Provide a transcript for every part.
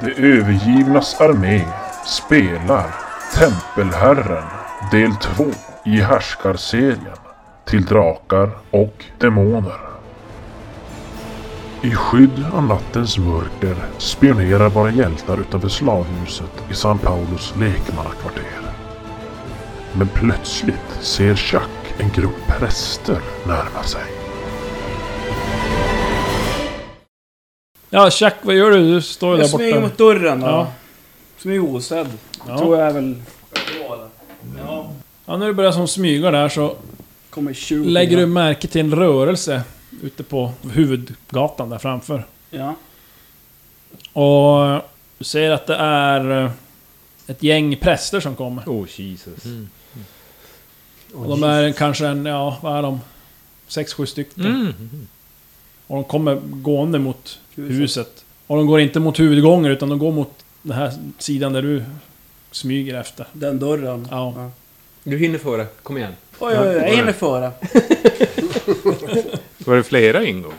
Det övergivnas armé spelar Tempelherren del 2 i härskarserien till drakar och demoner. I skydd av nattens mörker spionerar våra hjältar utanför slavhuset i San Paulos lekmannakvarter. Men plötsligt ser Chuck en grupp präster närma sig. Ja, Chuck, vad gör du? Du står ju Jag där smyger borta. mot dörren då. Ja. Smyg osedd. Ja. Tror jag är väl... Ja, när du börjar som smyga där så Kommer 20. lägger du märke till en rörelse ute på huvudgatan där framför. Ja. Och du ser att det är eh, ett gäng präster som kommer. Oh Jesus. Och de är kanske en, ja, vad är de? Sex, sju stycken. Och de kommer gående mot Huset. huset. Och de går inte mot huvudgången utan de går mot den här sidan där du smyger efter. Den dörren. Ja. Du hinner före, kom igen. Oj, oj, oj. Jag hinner före. Var det flera ingångar?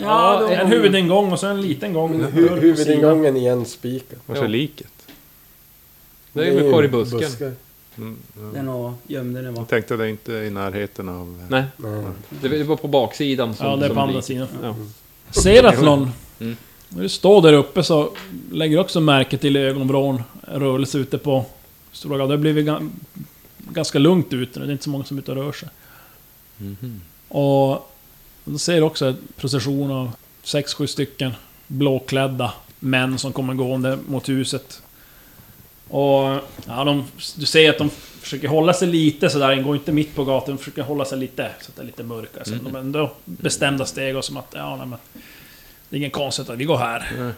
Ja, det var- en huvudingång och så en liten gång. Hu- Huvudingången igen spikad. Var är Ja. liket? Det är ju väl kvar i busken. Mm, ja. Den och gömde den va? Jag tänkte det inte är i närheten av... Nej, Nej. det det var på baksidan som... Ja, det är som på andra lik. sidan. Ja. Seratlon. Mm. När du står där uppe så lägger du också märke till ögonvrån en rörelse ute på Stora gatan. Det har blivit ga- ganska lugnt ute nu. Det är inte så många som är ute och rör sig. Och då ser du också en procession av sex, sju stycken blåklädda män som kommer gående mot huset. Och ja, de, du ser att de försöker hålla sig lite sådär, de går inte mitt på gatan, de försöker hålla sig lite så att det är lite mörkare. Så de ändå bestämda steg och som att, ja nej, men... Det är ingen konstigt att vi går här.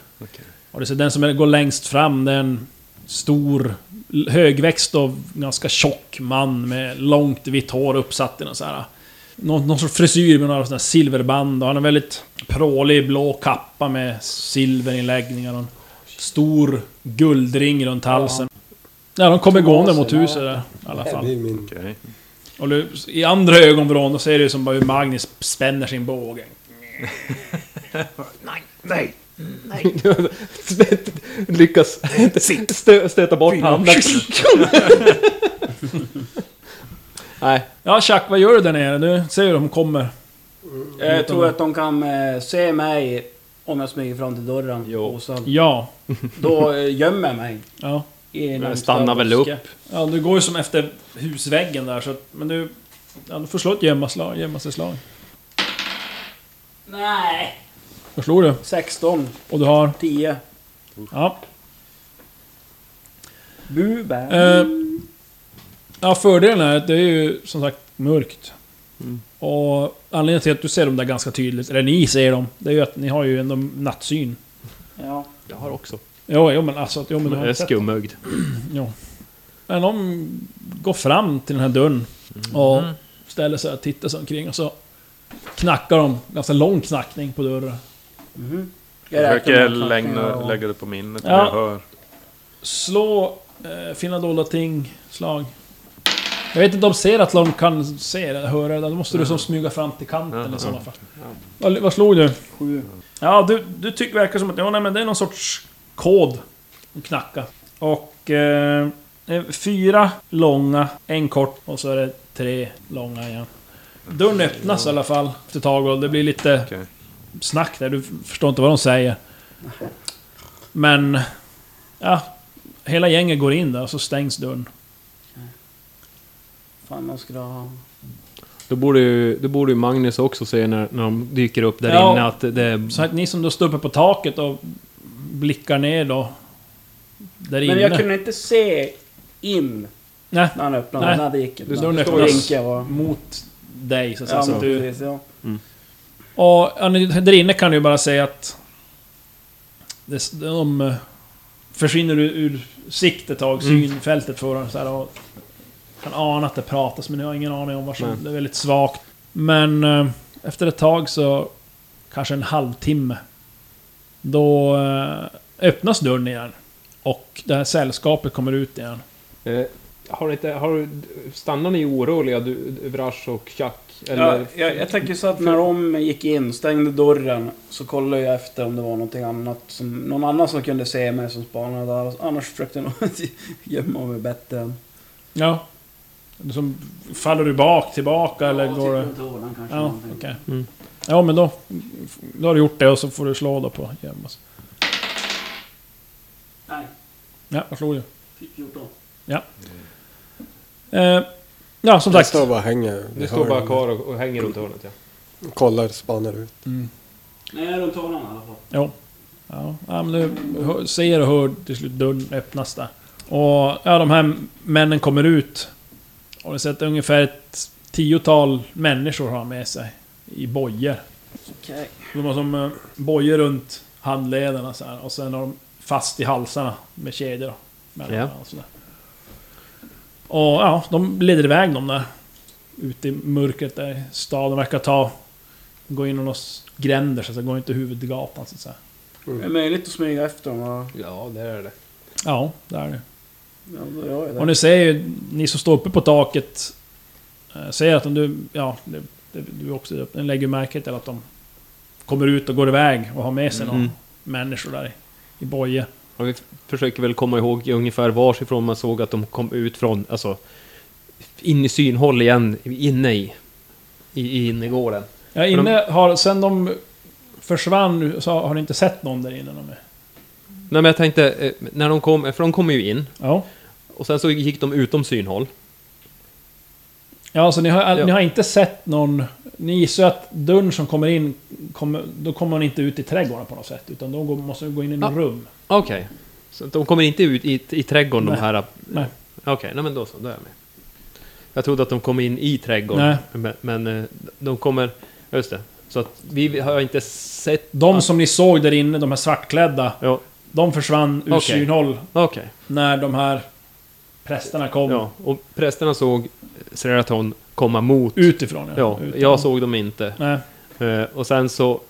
Och det är så den som är- går längst fram, det är en stor, l- högväxt och ganska tjock man med långt vitt hår uppsatt i någon så här... Någon, någon sorts frisyr med några sådana här silverband och han har en väldigt prålig blå kappa med silverinläggningar och en stor guldring runt halsen. Ja, de kommer gående mot huset där i alla fall. Det är min... Okej. Och du, i andra ögonvrån, då ser du som bara hur Magnus spänner sin båge. Lyckas stö, stöta bort handen. Nej, Ja, Chuck, vad gör du där nere? Du ser hur de kommer. Jag tror att de kan eh, se mig om jag smyger fram till dörren. Jo. Och sen, Ja. då eh, gömmer jag mig. Ja. I en jag stannar väl upp. buske. Ja, du går ju som efter husväggen där, så att, Men du... Ja, du får slå ett gömma slag, gömma sig slag. Nej! Vad slår du? 16, Och du har... 10. Ja. Bu, bä. Eh, ja, fördelen är att det är ju som sagt mörkt. Och anledningen till att du ser dem där ganska tydligt, eller ni ser dem, det är ju att ni har ju ändå nattsyn. Ja. jag har också. Jo, jo men alltså... Jo, men du Jag har är sett skumögd. Ja. Men de går fram till den här dörren och ställer sig och tittar sig omkring och så knackar de, ganska lång knackning på dörren. Jag Jag räknar försöker med att lägga, knackningar och- lägga det på minnet när Ja. jag hör. Slå eh, finna dolda ting, slag. Jag vet inte om Seratlon kan se det, höra det, då måste du som smyga fram till kanten i sådana fall. Vad, vad slog du? Sju. Ja, du, du tycker verkar som att ja, nej, men det är någon sorts kod att knacka. Och... Eh, det är fyra långa, en kort och så är det tre långa igen. Dörren öppnas i alla fall efter ett tag och det blir lite Okej. snack där. Du förstår inte vad de säger. Men... Ja, hela gänget går in där och så stängs dörren. Fan, de skulle ha... Då borde ju, då borde ju Magnus också se när, när de dyker upp där Ja. inne att det är... Så att ni som då står uppe på taket och blickar ner då... Där inne. Men jag kunde inte se in Nej, när han öppnade. Nej. Nej. När det gick inte. Du står Stod öppnas. och vinkade och... mot dig så att säga. Ja, så men att du, precis. Ja. Och ja, ni- där inne kan du ju bara säga att... det- De eh, försvinner ur, ur sikt ett tag, synfältet för dem. Så här, och kan ana att det pratas, men jag har ingen aning om vad som... Det är väldigt svagt. Men eh, efter ett tag så... Kanske en halvtimme. Då eh, öppnas dörren igen. Och det här sällskapet kommer ut igen. Eh, Har, ni inte, har du- stannar ni oroliga, du, Vrash och Chuck? Eller? Ja, jag, jag tänker så att när de gick in, stängde dörren, så kollade jag efter om det var någonting annat som, någon annan som kunde se mig som spanade där. Annars försökte jag nog gömma mig bättre. Ja. Som, faller du bak, tillbaka eller går typ. du... du... kanske. Ja, någonting. okej. Mm. Ja, men då, då har du gjort det och så får du slå då på gömma sig. Nej, Ja, vad slog du? typ 14. Eh, ja, som Det sagt. står bara och hänger. vid Ni står bara hörnen. kvar och, och hänger runt hörnet ja. Kollar, spanar ut. Mm. Nej, runt hörnan i alla fall. Jo. Ja, ja, men du hör- ser och hör till slut dörren öppnas där. Och ja, de här männen kommer ut. Och ni ser att ungefär ett tiotal människor har med sig. I bojor. Okej. De har som eh, bojor runt handlederna så här, och sen har de fast i halsarna med kedjor. Mellan Ja. ja. Och, så där. och ja, de leder iväg dem där. Ute i mörkret där staden verkar ta... Gå in i några s- gränder så att det går inte huvudgatan så att säga. Det är möjligt att smyga efter dem va? Ja, det är det. Ja, där är det. Ja, då gör jag det. Och ni ser ju, ni som står uppe på taket, eh, ser att om du, ja, det, det, du är också upp, den lägger ju märke till att de kommer ut och går iväg och har med sig några Mm. människor där i, i bojor. Och vi f- försöker väl komma ihåg ungefär varsifrån man såg att de kom ut från, alltså in i synhåll igen, inne i, i, i innergården. Ja, de- inne har, sen de försvann nu så har ni inte sett någon där inne. De är. Nej men jag tänkte, eh, när de kom, för de kom ju in, Ja. och sen så gick de utom synhåll. ja, så ni har, Ja. ni har inte sett någon... Ni gissar ju att dörren som kommer in, kommer, då kommer man inte ut i trädgården på något sätt. Utan då går, måste man gå in i något rum. Okej. Så de kommer inte ut i, i trädgården Nej. de här... eh, Nej. Okej, nej men då så, då är jag med. Jag trodde att de kom in i trädgården. Men, men eh, de kommer... Just det. Så att vi har inte sett... De att- som ni såg där inne, de här svartklädda, Ja, de försvann ur Okej. synhåll okej. när de här prästerna kom Ja, och prästerna såg Seraton komma mot... utifrån. Ja, utifrån. jag såg dem inte. Nej. Eh, Och sen så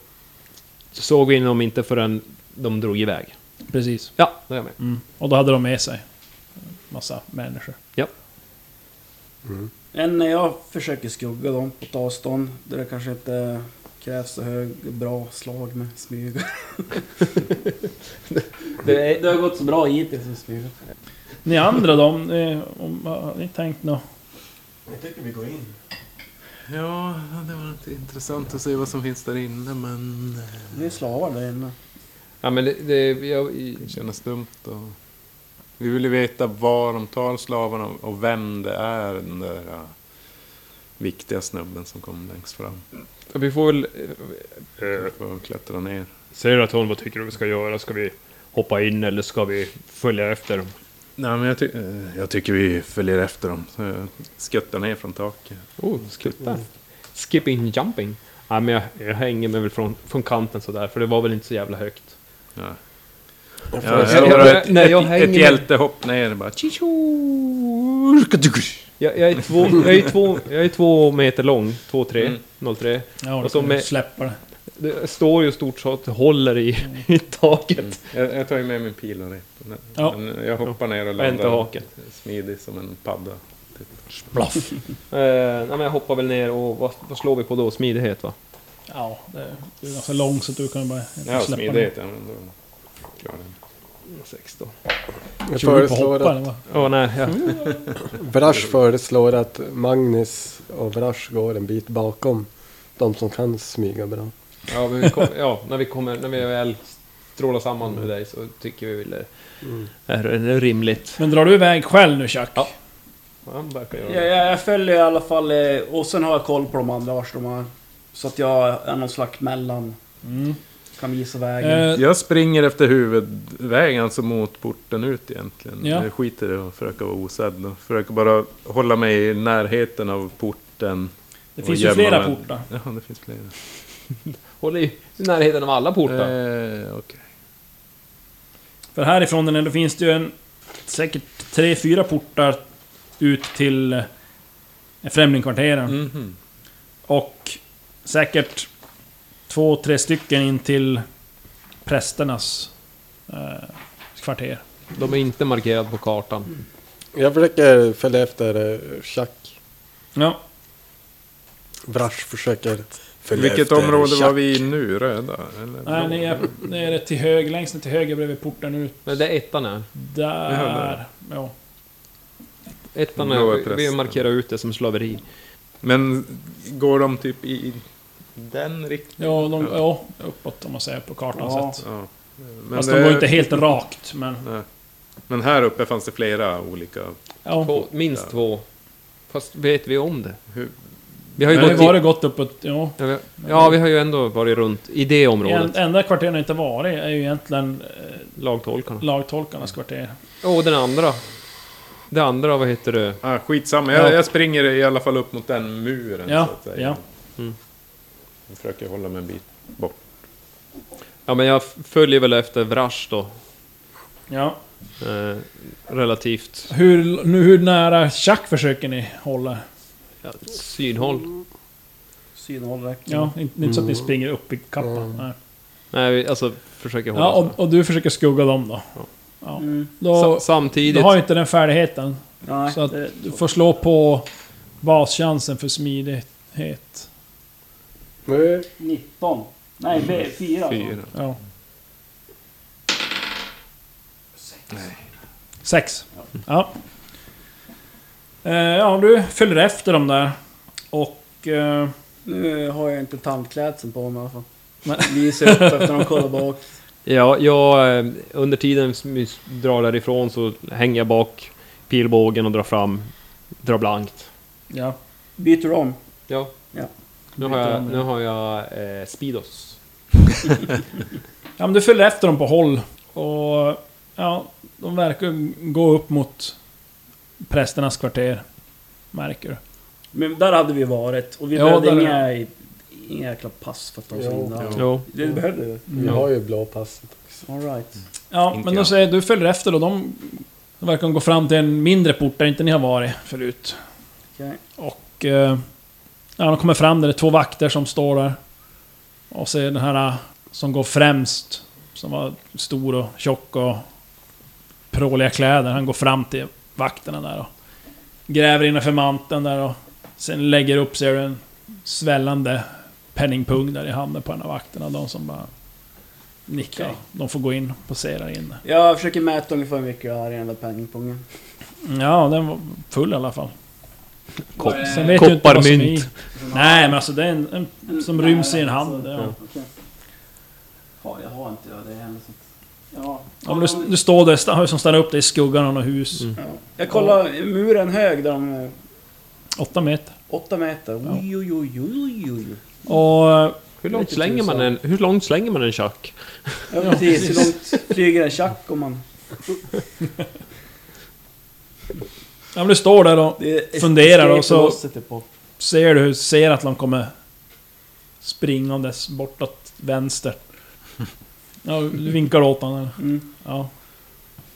såg vi dem inte förrän de drog iväg. Precis. Ja, då är jag med. Mm. Och då hade de med sig massa människor. Än när jag försöker skugga dem på ett avstånd där det kanske inte krävs så hög, bra slag med smyga. det, det har gått så bra hittills med smyga. Ni andra de, eh, om, har ni tänkt något? Jag tycker vi går in. Ja, det var inte intressant att se vad som finns där inne, men... Vi är slavar där inne. Ja, men det... det jag, Det känns dumt och... Vi vill ju veta var de tar slavarna och vem det är, den där ja, viktiga snubben som kom längst fram. vi får väl... Vi får klättra ner. Seraton, vad tycker du vi ska göra? Ska vi hoppa in eller ska vi följa efter dem? Nej, men jag, ty- eh, jag tycker vi följer efter dem. Så jag Skuttar ner från taket. Oh, skutta. Skipping jumping. Ja, men jag, jag hänger mig väl från, från kanten sådär, för det var väl inte så jävla högt. Ja. Jag får Ja, jag- jag, jag- ett, nej, jag ett, hänger ett med. hjältehopp ner bara. Tjo! Jag, jag, är, två, jag, är, två, jag är två meter lång, 2,3, Mm. 0,3. Ja, Och så ni med- släpper det. Det står ju stort så att det håller i, i taket. Jag, jag tar ju med min pil och rep. Men- Ja. men Jag hoppar ner och Och inte landar haken. smidigt som en padda. Splaff. Eh, nej, men jag hoppar väl ner och vad, vad slår vi på då? Smidighet va? Ja, det är det är ganska långt så att du kan bara Ja, släppa den. smidighet. Ja, men då klarar jag den. 16. Jag Tjugo på föreslår hoppa, att, eller vad? Åh nej, jag, Brash föreslår att Magnus och Brash går en bit bakom. De som kan smyga bra. ja, men vi kom, ja när, vi kommer, när vi väl strålar samman med dig så tycker vi väl det är, är rimligt. Men drar du iväg själv nu Chuck? Ja. Han verkar göra Jag, det. jag, jag följer i alla fall eh, och sen har jag koll på de andra vars de är. Så att jag är någon slags mellan. Mm. Kan visa vägen. Eh, Jag springer efter huvudvägen, alltså mot porten ut egentligen. Ja. Jag skiter i att försöka vara osedd. och Försöker bara hålla mig i närheten av porten. det och finns ju gömma flera mig. portar. Ja, det finns flera. Håll i, i närheten av alla portar. Eh, okej. För härifrån den ändå finns det ju en... Säkert tre, fyra portar ut till... eh, Främlingkvarteren. Mhm. Och säkert två, tre stycken in till prästernas eh, kvarter. De är inte markerade på kartan. Jag försöker följa efter eh, Chuck. Ja. Brash försöker följa Vilket efter område var Chuck. vi i nu? Röda? Nej, Eller blå? ni är nere till höger, längst ner till höger bredvid porten ut. Men det är ettan här. Ja, Där. där. Ja. Ettan Blåa är, vi- vi prästen. markerar ut det som slaveri. Men går de typ i den riktningen? Ja, de, ja, uppåt om man säger på kartan Ja. sett. Ja. Men, eh, Fast det- de går inte helt rakt, men... Nej. men här uppe fanns det flera olika... Ja. Två, minst Ja. två. Fast vet vi om det? Hur- Vi har Det ju har ju gått i- varit gott uppåt, ja. Ja, vi, ja, vi har ju ändå varit runt i det området. En- Enda kvarteren jag inte varit är ju egentligen eh, Lagtolkarna. lagtolkarnas kvarter. Och den andra. Det andra, vad heter det? Ah, skitsamma, jag, Ja. jag springer i alla fall upp mot den muren. Ja, så att säga. ja. Mm. Jag försöker hålla mig en bit bort. Ja, men jag följer väl efter Vrash då. Ja. Eh, relativt Hur, nu, hur nära Chuck försöker ni hålla? ja, synhåll. Synhåll räcker. Ja, inte, inte så att ni springer upp i kappan. Mm. Nej. Nej, vi, alltså försöker hålla Ja, och, och du försöker skugga dem då? Ja. Ja. Mm. Då, Sa- Samtidigt... du har ju inte den färdigheten. Nej, eh, Så att det, du får slå på baschansen för smidighet. Nu 19. Nej, B, 4. Fyra. Ja. Sex. Ja. Eh, Ja, du följer efter dem där. Och... eh, Nu har jag inte tandklädseln på mig i alla fall. Nej. Vi ser upp efter de kollar bak. Ja, jag, eh, under tiden som vi drar därifrån så hänger jag bak pilbågen och drar fram, drar blankt. Ja. Byter om. Ja. Ja. Nu har jag, nu har jag eh, Speedos. Ja, men du följer efter dem på håll. Och... Ja, de verkar gå upp mot prästernas kvarter. Märker du. Men där hade vi varit och vi Ja, behövde där- inga, inga jäkla pass för att ta oss Jo, in där. jo. Jo. Det behövde vi. Vi har ju blå passet. All right. Ja, Inte men då jag. säger du följer efter då. De, de verkar gå fram till en mindre port där inte ni har varit förut. Okej. Och... eh, Ja, de kommer fram där. Det är två vakter som står där. Och så är den här eh, som går främst. Som var stor och tjock och... Pråliga kläder. Han går fram till vakterna där och... Gräver innanför manteln där och... Sen lägger upp sig en svällande penningpung där i handen på en av vakterna. De som bara... Nickar. Okej. De får gå in och posera där inne. Jag försöker mäta ungefär hur mycket jag har i den där penningpungen. Ja, den var full i alla fall. Kop- Sen vet jag inte vad som är i. Kopparmynt. Nej, men alltså det är en, Mm. en som ryms i en hand. Ja. Ja, jag har inte det heller. Så. Ja. Ja, men du, du står där, sta- som stannar upp dig i skuggan av något hus. Mm. Jag kollar muren hög där de... är Åtta meter. Åtta meter. Oj, oj, oj, oj, oj. Och... eh, Hur långt slänger man en, hur långt slänger man en tjack? Ja, precis. Hur långt flyger en tjack om man... Ja, men du står där och Det är Funderar och så- escape velocity på. ser du hur- ser att de kommer springandes bortåt vänster. Ja, du vinkar åt honom. eller? Mm. Ja.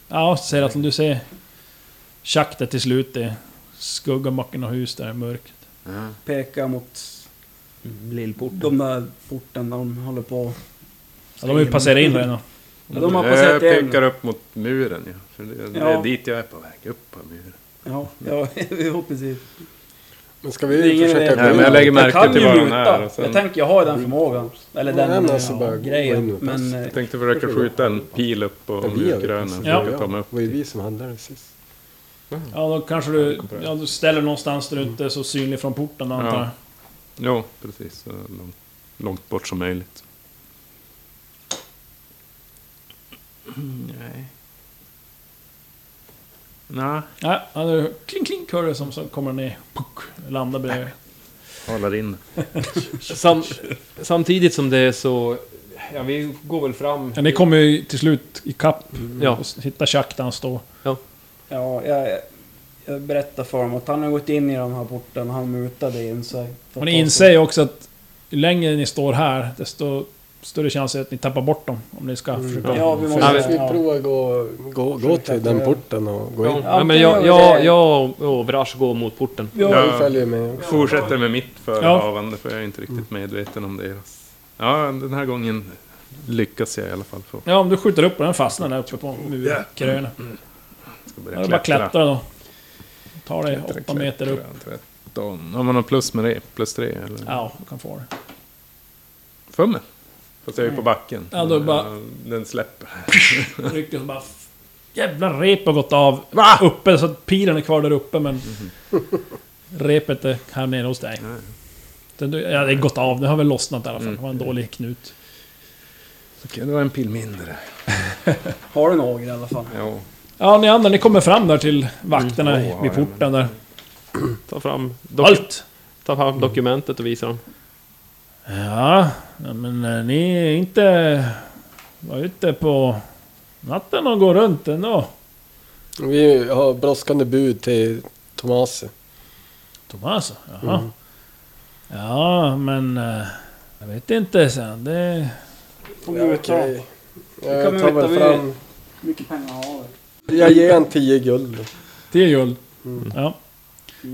Ja, ser att du ser... Tjack där till slut i skuggan bakom något hus där i mörkret. Pekar mot Lillporten. de där porten där de håller på. Ja, de har ju passerat in redan. Ja, de har jag passerat en. pekar upp mot muren. Ja. För det, det Ja. är dit jag är på väg. Upp på muren. Ja, ja, ja precis. Men ska Det är vi ingen idé. försöka gå Nej, in? men jag lägger märke kan till ju var den muta. är alltså. och sen- Jag tänker, jag har ju den förmågan. Eller Ja, den men alltså bara ja, gå in grejen. och Men passa. eh, Jag tänkte försöka skjuta en pil upp på Ja, vi gör det. murgrönen. Ja. Ja. Jag ta mig upp. Det var ju vi som handlade sist. Ja, då kanske du, ja, du ställer någonstans där du inte är så synlig från porten antar jag. Ja. Jo, precis. Så långt, långt bort som möjligt. Nej. Nej. Nej, ja, du, kling klink hör du som som kommer ner. Puck, landar bredvid. Håller in. Sam, samtidigt som det är så... Ja, vi går väl fram... Ja, ni kommer ju till slut i kapp Ja. och hittar Chuck där han står. ja, jag, jag berättar för dem att han har gått in i den här porten och han mutade in sig. Och ni inser ju också att ju längre ni står här, desto större chans är det att ni tappar bort dem. Om ni ska försöka... Mm. Ja, vi måste... Ja, Ska vi Ja, prova gå, gå, gå till den porten och gå in? Ja, men jag, jag, jag och Vrash går mot porten. ja, Ja, vi Ja. följer med. Fortsätter med mitt förehavande för jag är inte Mm. riktigt medveten om deras. Ja, den här gången lyckas jag i alla fall. Få Ja, om du skjuter upp och den fastnar där uppe på murkrönet. ska Ja, börja det är bara klättra. klättra då. Ta dig Klättra, åtta meter upp. klättra, 13. Om man har plus med det, plus tre eller? Ja, du kan få det. För mig. Fast jag är ju på backen. Ja, då bara- Den släpper. Rycker och bara... "F- Jävla rep har gått av Va? Mhm. uppe, så att pilen är kvar där uppe men... Repet är här nere hos dig. Den, ja, det har gått av, det har väl lossnat i alla fall. Mm. Det var en dålig knut. Okej, det var en pil mindre. Har du en åger i alla fall? Jo. Ja, ni andra, ni kommer fram där till vakterna Mm. Åh, vid ja, porten där. Ta fram, doku- Allt! ta fram dokumentet och visa dem. Ja, ja, men eh, ni är inte... Var ute på natten och går runt ändå. Vi har brådskande bud till Tomasi. Tomas? Jaha. Mm. Ja, men... eh, Jag vet inte sen. Det... Får vi okay. kan Jag vi tar veta väl vi- fram... mycket pengar har vi? Jag ger en 10 guld. Det är guld. Mm. Ja.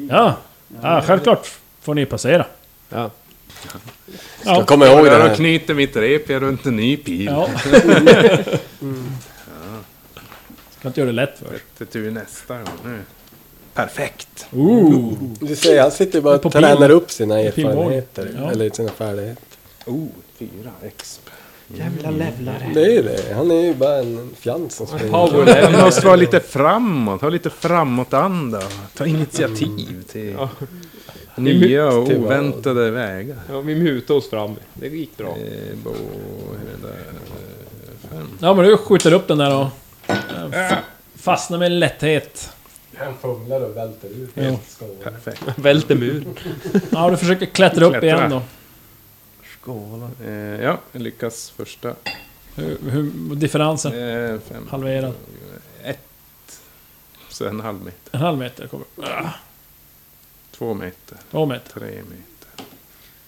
Ja. ja, självklart får ni passera. Ja. Ska Ja. komma ihåg det Där och här. knyter mitt rep jag runt en ny pil. Ja. Mm. Ska inte göra det lätt för er. Det är tur nästa gång nu. Oh, Perfekt. Ooh. Du ser, han sitter ju bara På och tränar pil- upp sina på pilbåge. erfarenheter. Ja. Eller sina färdigheter. Oh, fyra exp. Det är ju det. Han är ju bara en fjant som springer. Man måste vara lite framåt, ha lite framåtanda. Ta initiativ till nya och Till vad? oväntade vägar. ja, vi mutade oss fram. Det gick bra. Eh, bo- hur är det där? Eh, Fem. Ja men du skjuter upp den där och... Ah! F- fastnar med lätthet. Han fumlar och välter ut. Ja. Perfekt. Välte muren. Ja, du försöker klättra upp Klättra. igen då. Eh, ja, jag lyckas första. Hur, hur, differensen? Eh, fem. Halverad. Så en halv meter. En halv meter kommer. Ah, Två meter. Två meter. Tre meter.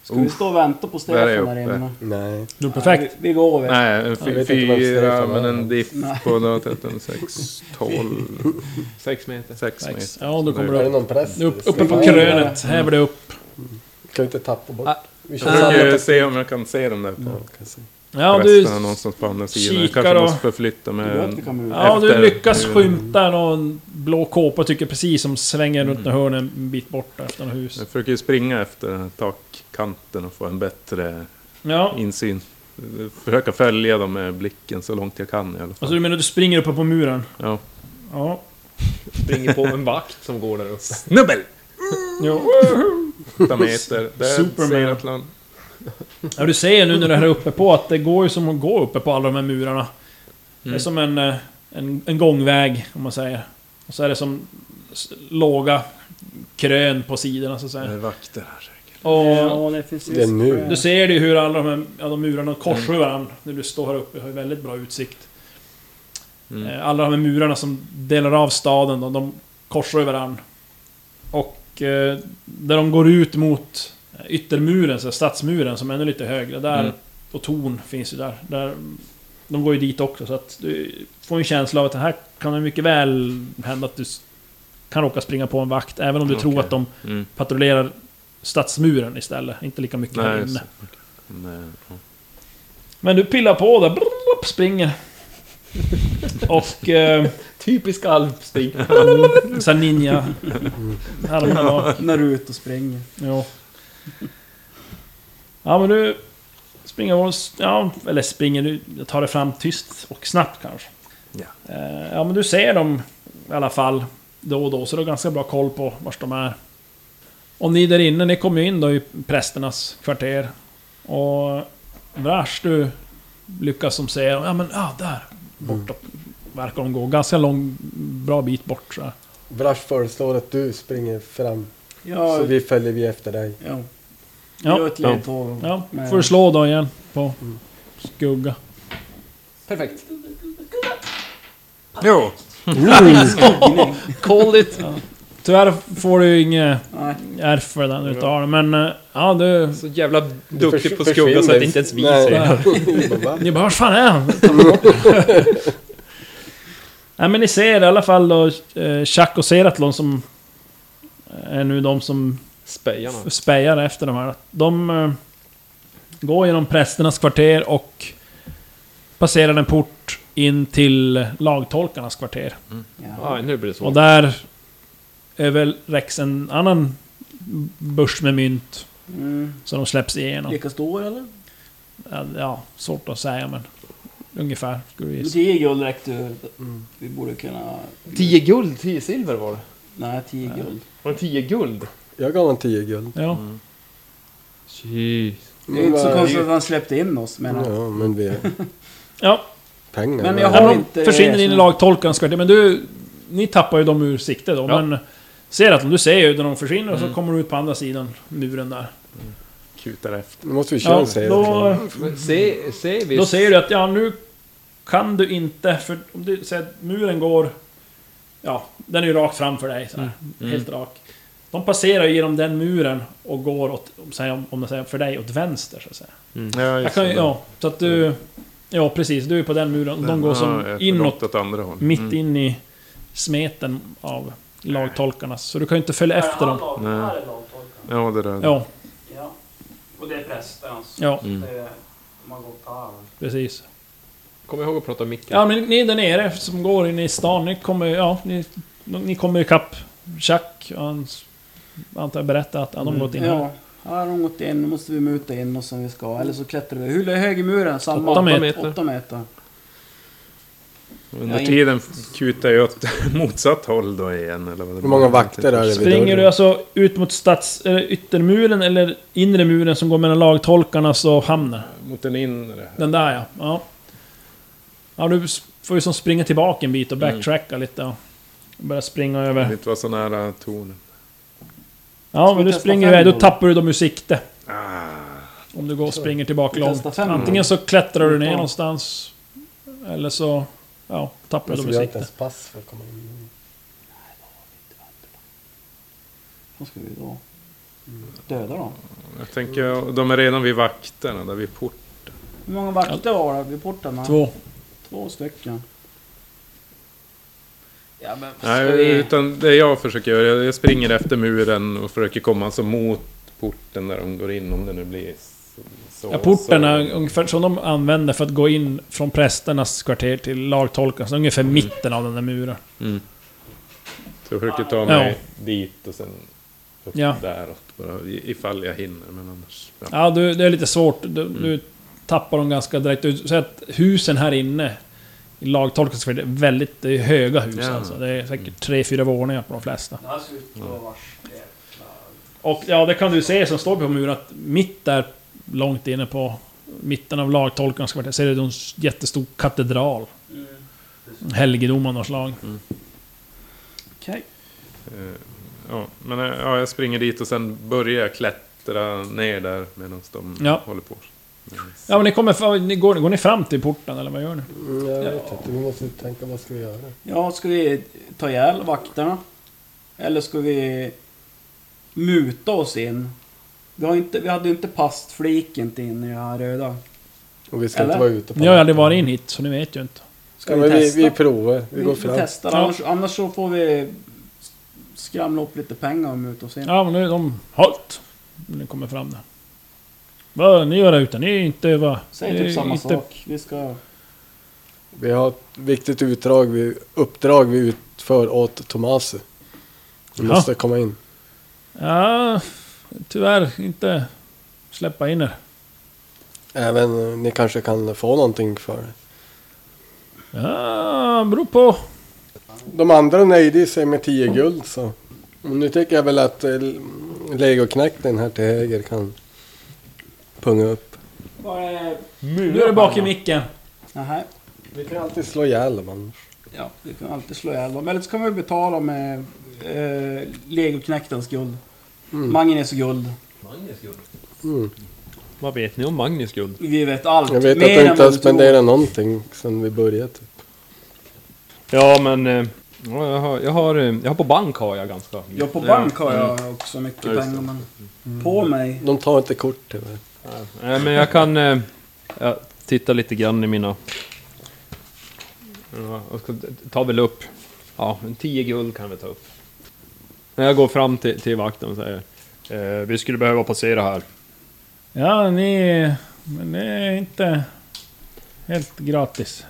Ska vi stå och vänta på Där är jag Stefan där uppe. inne? Nej. Du är perfekt. Nej, vi, vi går vi. Nej, en fy- vet inte vad fyra, Stefan men är. en diff Nej. på då, 13, 6, 12, Sex meter. 6 Sex. meter. Ja, då kommer Är det du någon press? du är upp, uppe på Nej. krönet. Häver dig upp. Kan vi inte tappa bort? Ah. Vi kör Jag försöker samma se om jag kan se dem där på Ja, du... resten någonstans på andra sidan. Jag kikar kanske och- måste förflytta Du vet, vi mig. kan väl- Ja, du Efter- lyckas nu- skymta någon blå kåpa tycker jag, precis som svänger runt mm. hörnet en bit bort efter något hus. Jag försöker ju springa efter den här takkanten och få en bättre Ja. insyn. Försöka följa dem med blicken så långt jag kan i alla Alltså fall. du menar du springer uppe på muren? Ja. Ja. Springer på en vakt som går där uppe. Snubbel! Jo. 8 meter. Där Superman. ser jag att land- ja du ser nu när du är här uppe på att det går ju som att gå uppe på alla de här murarna. Det är Mm. som en, eh, en, en gångväg, om man säger. Och så är det som s- låga krön på sidorna så att Det är säga. vakter här säkert. Och Ja, det finns Det är nu. du ser ju hur alla de här alla de murarna korsar varandra när du står här uppe. Du har ju väldigt bra utsikt. Mm. Eh, Alla de här murarna som delar av staden, de, de korsar ju varann. Och eh, där de går ut mot yttermuren, så här, stadsmuren som är ännu lite högre, där... Mm. Och torn finns ju där. där. De går ju dit också, så att du får en känsla av att det här kan det mycket väl hända att du s- kan råka springa på en vakt, även om du tror Okej. att de Mm. patrullerar stadsmuren istället, inte lika mycket här Nej, inne. så. Nej. Men du pillar på där, brrrr, springer. Och... Eh, Typisk alpstig. Såhär ninja... Armarna När du är ute och springer. ja. ja men du... Springer och... Ja, eller springer du... Jag tar det fram tyst och snabbt kanske. Ja. Eh, ja men du ser dem i alla fall då och då, så du har ganska bra koll på vars de är. Och ni där inne, ni kom ju in då i prästernas kvarter. Och Vrash, du lyckas som ser ja men ah, där borta verkar de gå. Ganska lång, bra bit bort så här. Brash föreslår att du springer fram. Ja, Så vi följer vi efter dig. ja. Ja. Gör ett ledtåg. Ja, Men- får du slå då igen på skugga. Perfekt. Jo! Call it! Tyvärr får du ju inget Nej. R för den utav den, men eh, ja du... Så jävla duktig Förs- på skugga så att försvinner. inte ens vi Nej. ser. Bara, va? Ni bara, "Vart fan är han? Nej men ni ser i alla fall då eh, Chuck och Seratlon som är nu de som Spejarna. spejar efter de här. De eh, går genom prästernas kvarter och passerar en port in till lagtolkarnas kvarter. Ja, nu blir det Och så. där över Rex en annan börs med mynt. Mm. Så de släpps igenom. Lika stor eller? Ja, svårt att säga men... Ungefär, skulle jag Men gissa. 10 guld räckte ju. Vi borde kunna... 10 guld, 10 silver var det. Nej, 10 guld. Var det 10 guld? Jag gav honom 10 guld. Ja. Jeez. Det är inte så Men- eh, konstigt att han släppte in oss men... Ja, men vi... ja. Pengar. Men Men jag Ja, har de inte- försvinner in i som- lagtolkarens kvarter, men du... Ni tappar ju dem ur sikte då, Ja. men... Ser att de, du ser ju när de försvinner och så Mm. kommer de ut på andra sidan muren där. Kutar efter. Nu måste vi köra Ja, en serie. då, Men Se, se vi... då säger du att ja, nu kan du inte, för om du säger att muren går... Ja, den är ju rakt framför dig, så här, Mm. helt rak. De passerar ju genom den muren och går åt, om- säg om- om man säger för dig, åt vänster så att säga. Ja, Jag just kan, ju- det. ja, så att du... Ja, precis, du är på den muren och de Den går har som ett inåt rakt åt andra Mm. håll. mitt Mm. in i smeten av lagtolkarna. Så du kan ju inte följa efter dem. Nej. Ja, det där. Ja, Ja. Och det är prästens. ja, Mm. De har gått här. precis. Kom ihåg att prata om micken. Ja, men ni där nere som går in i stan, ni kommer ja, ni, ni kommer ikapp Jack och han antar jag berättar att han har gått in här. Mm. Ja. Här har de gått in, nu måste vi muta in oss som vi ska. Eller så klättrar vi. Hur hög i muren? Samma. Åtta meter. Åtta meter. Under Ja, tiden kutar jag åt motsatt håll då igen. Eller vad det Hur många var. vakter är det vid Springer du dörren? alltså ut mot stads, eller yttermuren eller inre muren som går mellan lagtolkarnas och hamnen? Mot den inre. Den där ja. ja. Ja, du s- får ju som springa tillbaka en bit och Mm. backtracka lite och börja springa över. Det var så nära tornen. Ja, men du testa springer fem iväg, då gånger? tappar du dem ur sikte. Ah, Om du går och springer tillbaka Vi testar långt. fem Antingen gånger. så klättrar du ner Ja. någonstans, eller så ja, tappar du Alltså, dem vi ur har inte sikte. ens pass för att komma in. Vad ska vi då? Döda dem? jag tänker, de är redan vid vakterna, där vid port. Hur många vakter var det vid portarna? Två. Två stycken. Ja men... Nej, utan det jag försöker göra, jag- jag springer efter muren och försöker komma så mot porten där de går in, om det nu blir så. så Ja, porten är så. ungefär som de använder för att gå in från prästernas kvarter till lagtolkarnas. Ungefär mitten av den där muren. Mm. Så jag försöker ta mig dit och sen upp Ja. däråt bara, i- ifall jag hinner. Men annars... Ja. Ja, du, det är lite svårt. Du, du tappar dem ganska direkt. Du ser att husen här inne i lagtolkarnas kvarter, är väldigt det är höga hus Ja. alltså. Det är säkert tre, fyra våningar på de flesta. Det här ser ut att vara Och ja, det kan du se som står på muren att mitt där, långt inne på mitten av lagtolkarnas kvarter, ser du en jättestor katedral. En helgedom av något slag. Okej. Eh, Ja, men eh, ja, jag springer dit och sen börjar jag klättra ner där medan de Ja. håller på. Ja, men ni kommer, fram- ni går, går ni fram till porten eller vad gör ni? Mm, jag vet inte, vi måste tänka vad ska vi göra? Ja, ska vi ta ihjäl vakterna? Eller ska vi muta oss in? Vi, har inte, vi hade ju inte pastfliken inte in i det här röda. Och vi ska Eller? inte vara ute på Ni har ju aldrig varit in hit, så ni vet ju inte. Ska Ja, vi men vi, testa? vi provar, vi går fram. testar, Ja. annars, annars så får vi skramla upp lite pengar och muta oss in. Ja, men nu de... Halt! Ni kommer fram där. Vad ni gör där ute? Ni är inte... Va, Säg ni är typ samma inte, sak. Vi ska... Vi har ett viktigt utdrag vi, uppdrag vi utför åt Tomasu. Vi Ja. måste komma in. Ja, tyvärr inte släppa in er. Även eh, ni kanske kan få någonting för det. Ja, beror på. De andra nöjde sig med 10 guld så. Och nu tycker jag väl att eh, legoknekten här till höger kan punga upp. Vad är... Nu är det bak i micken. Nähä. Vi kan alltid slå ihjäl dem annars. Ja, vi kan alltid slå ihjäl dem. Eller så kan vi betala med eh, legoknäktens guld. Magnus guld. Magnus guld. Mm. Vad vet ni om Magnus guld? Vi vet allt. Jag vet Mer att du än inte vad har du tror. spenderat någonting sedan vi började. Typ. Ja, men... eh, Ja, jag, har, jag, har, eh, jag har på bank har jag ganska... Ja, på bank har Mm. jag också mycket Ja, just pengar. det. Men på mig. De tar inte kort tyvärr. Nej, men jag kan... eh, Jag tittar lite grann i mina... Ja, Jag ska ta väl upp... Ja, en 10 guld kan vi ta upp. När jag går fram till, till vakten och säger... Eh, vi skulle behöva passera här. Ja, ni... Men det är inte... Helt gratis.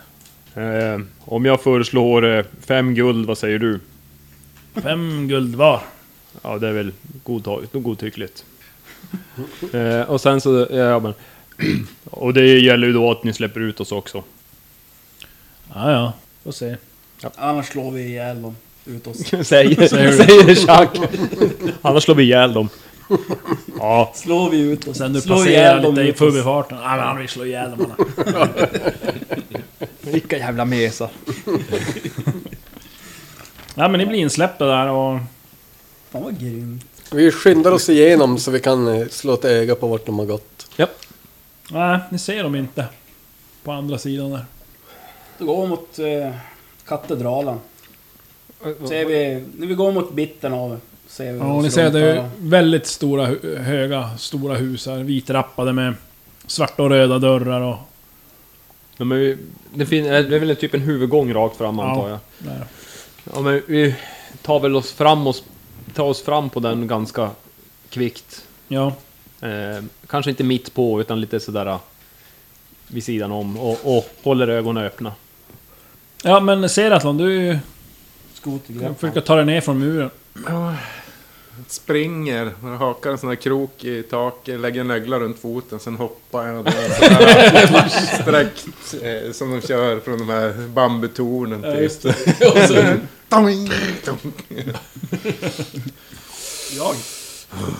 Eh, om jag föreslår eh, fem guld, vad säger du? Fem guld var. Ja, det är väl godtag- godtyckligt. eh, och sen så, ja, ja men... och det gäller ju då att ni släpper ut oss också. Ja, ja. Får se. Annars slår vi ihjäl dem. Ut oss. säger, Säger du? säger Chuck. Annars slår vi ihjäl dem. Ja, Slår vi ut oss. Sen du slår passerar lite i ut oss. förbifarten. Ja, men han vill slå ihjäl dem. han. vilka jävla mesar. Ja, men ni blir insläppta där och... Fan vad grymt. Vi skyndar oss igenom så vi kan eh, slå ett öga på vart de har gått. Nej, ni ser dem inte. På andra sidan där. Då går vi mot eh, katedralen. Ser vi, när vi går mot bitten av ser vi Ja, oss och ni ser att det är runt väldigt stora, hu- höga, stora hus här. Vitrappade med svarta och röda dörrar och... Ja, men vi, det, fin- det är väl typ en huvudgång rakt fram Ja. antar jag. Där. Ja, men vi tar väl oss fram, och, tar oss fram på den ganska kvickt. Ja. Eh, kanske inte mitt på, utan lite sådär eh, vid sidan om och, och håller ögonen öppna. Ja, men Seratlon, du och skotergrepp. kan försöka ta dig ner från muren. Springer, man hakar en sån här krok i taket, lägger nöglar runt foten, sen hoppar jag. där så här Sträckt, eh, som de kör från de här bambutornen. Ja, typ. just Och så- Tong, tong. Jag?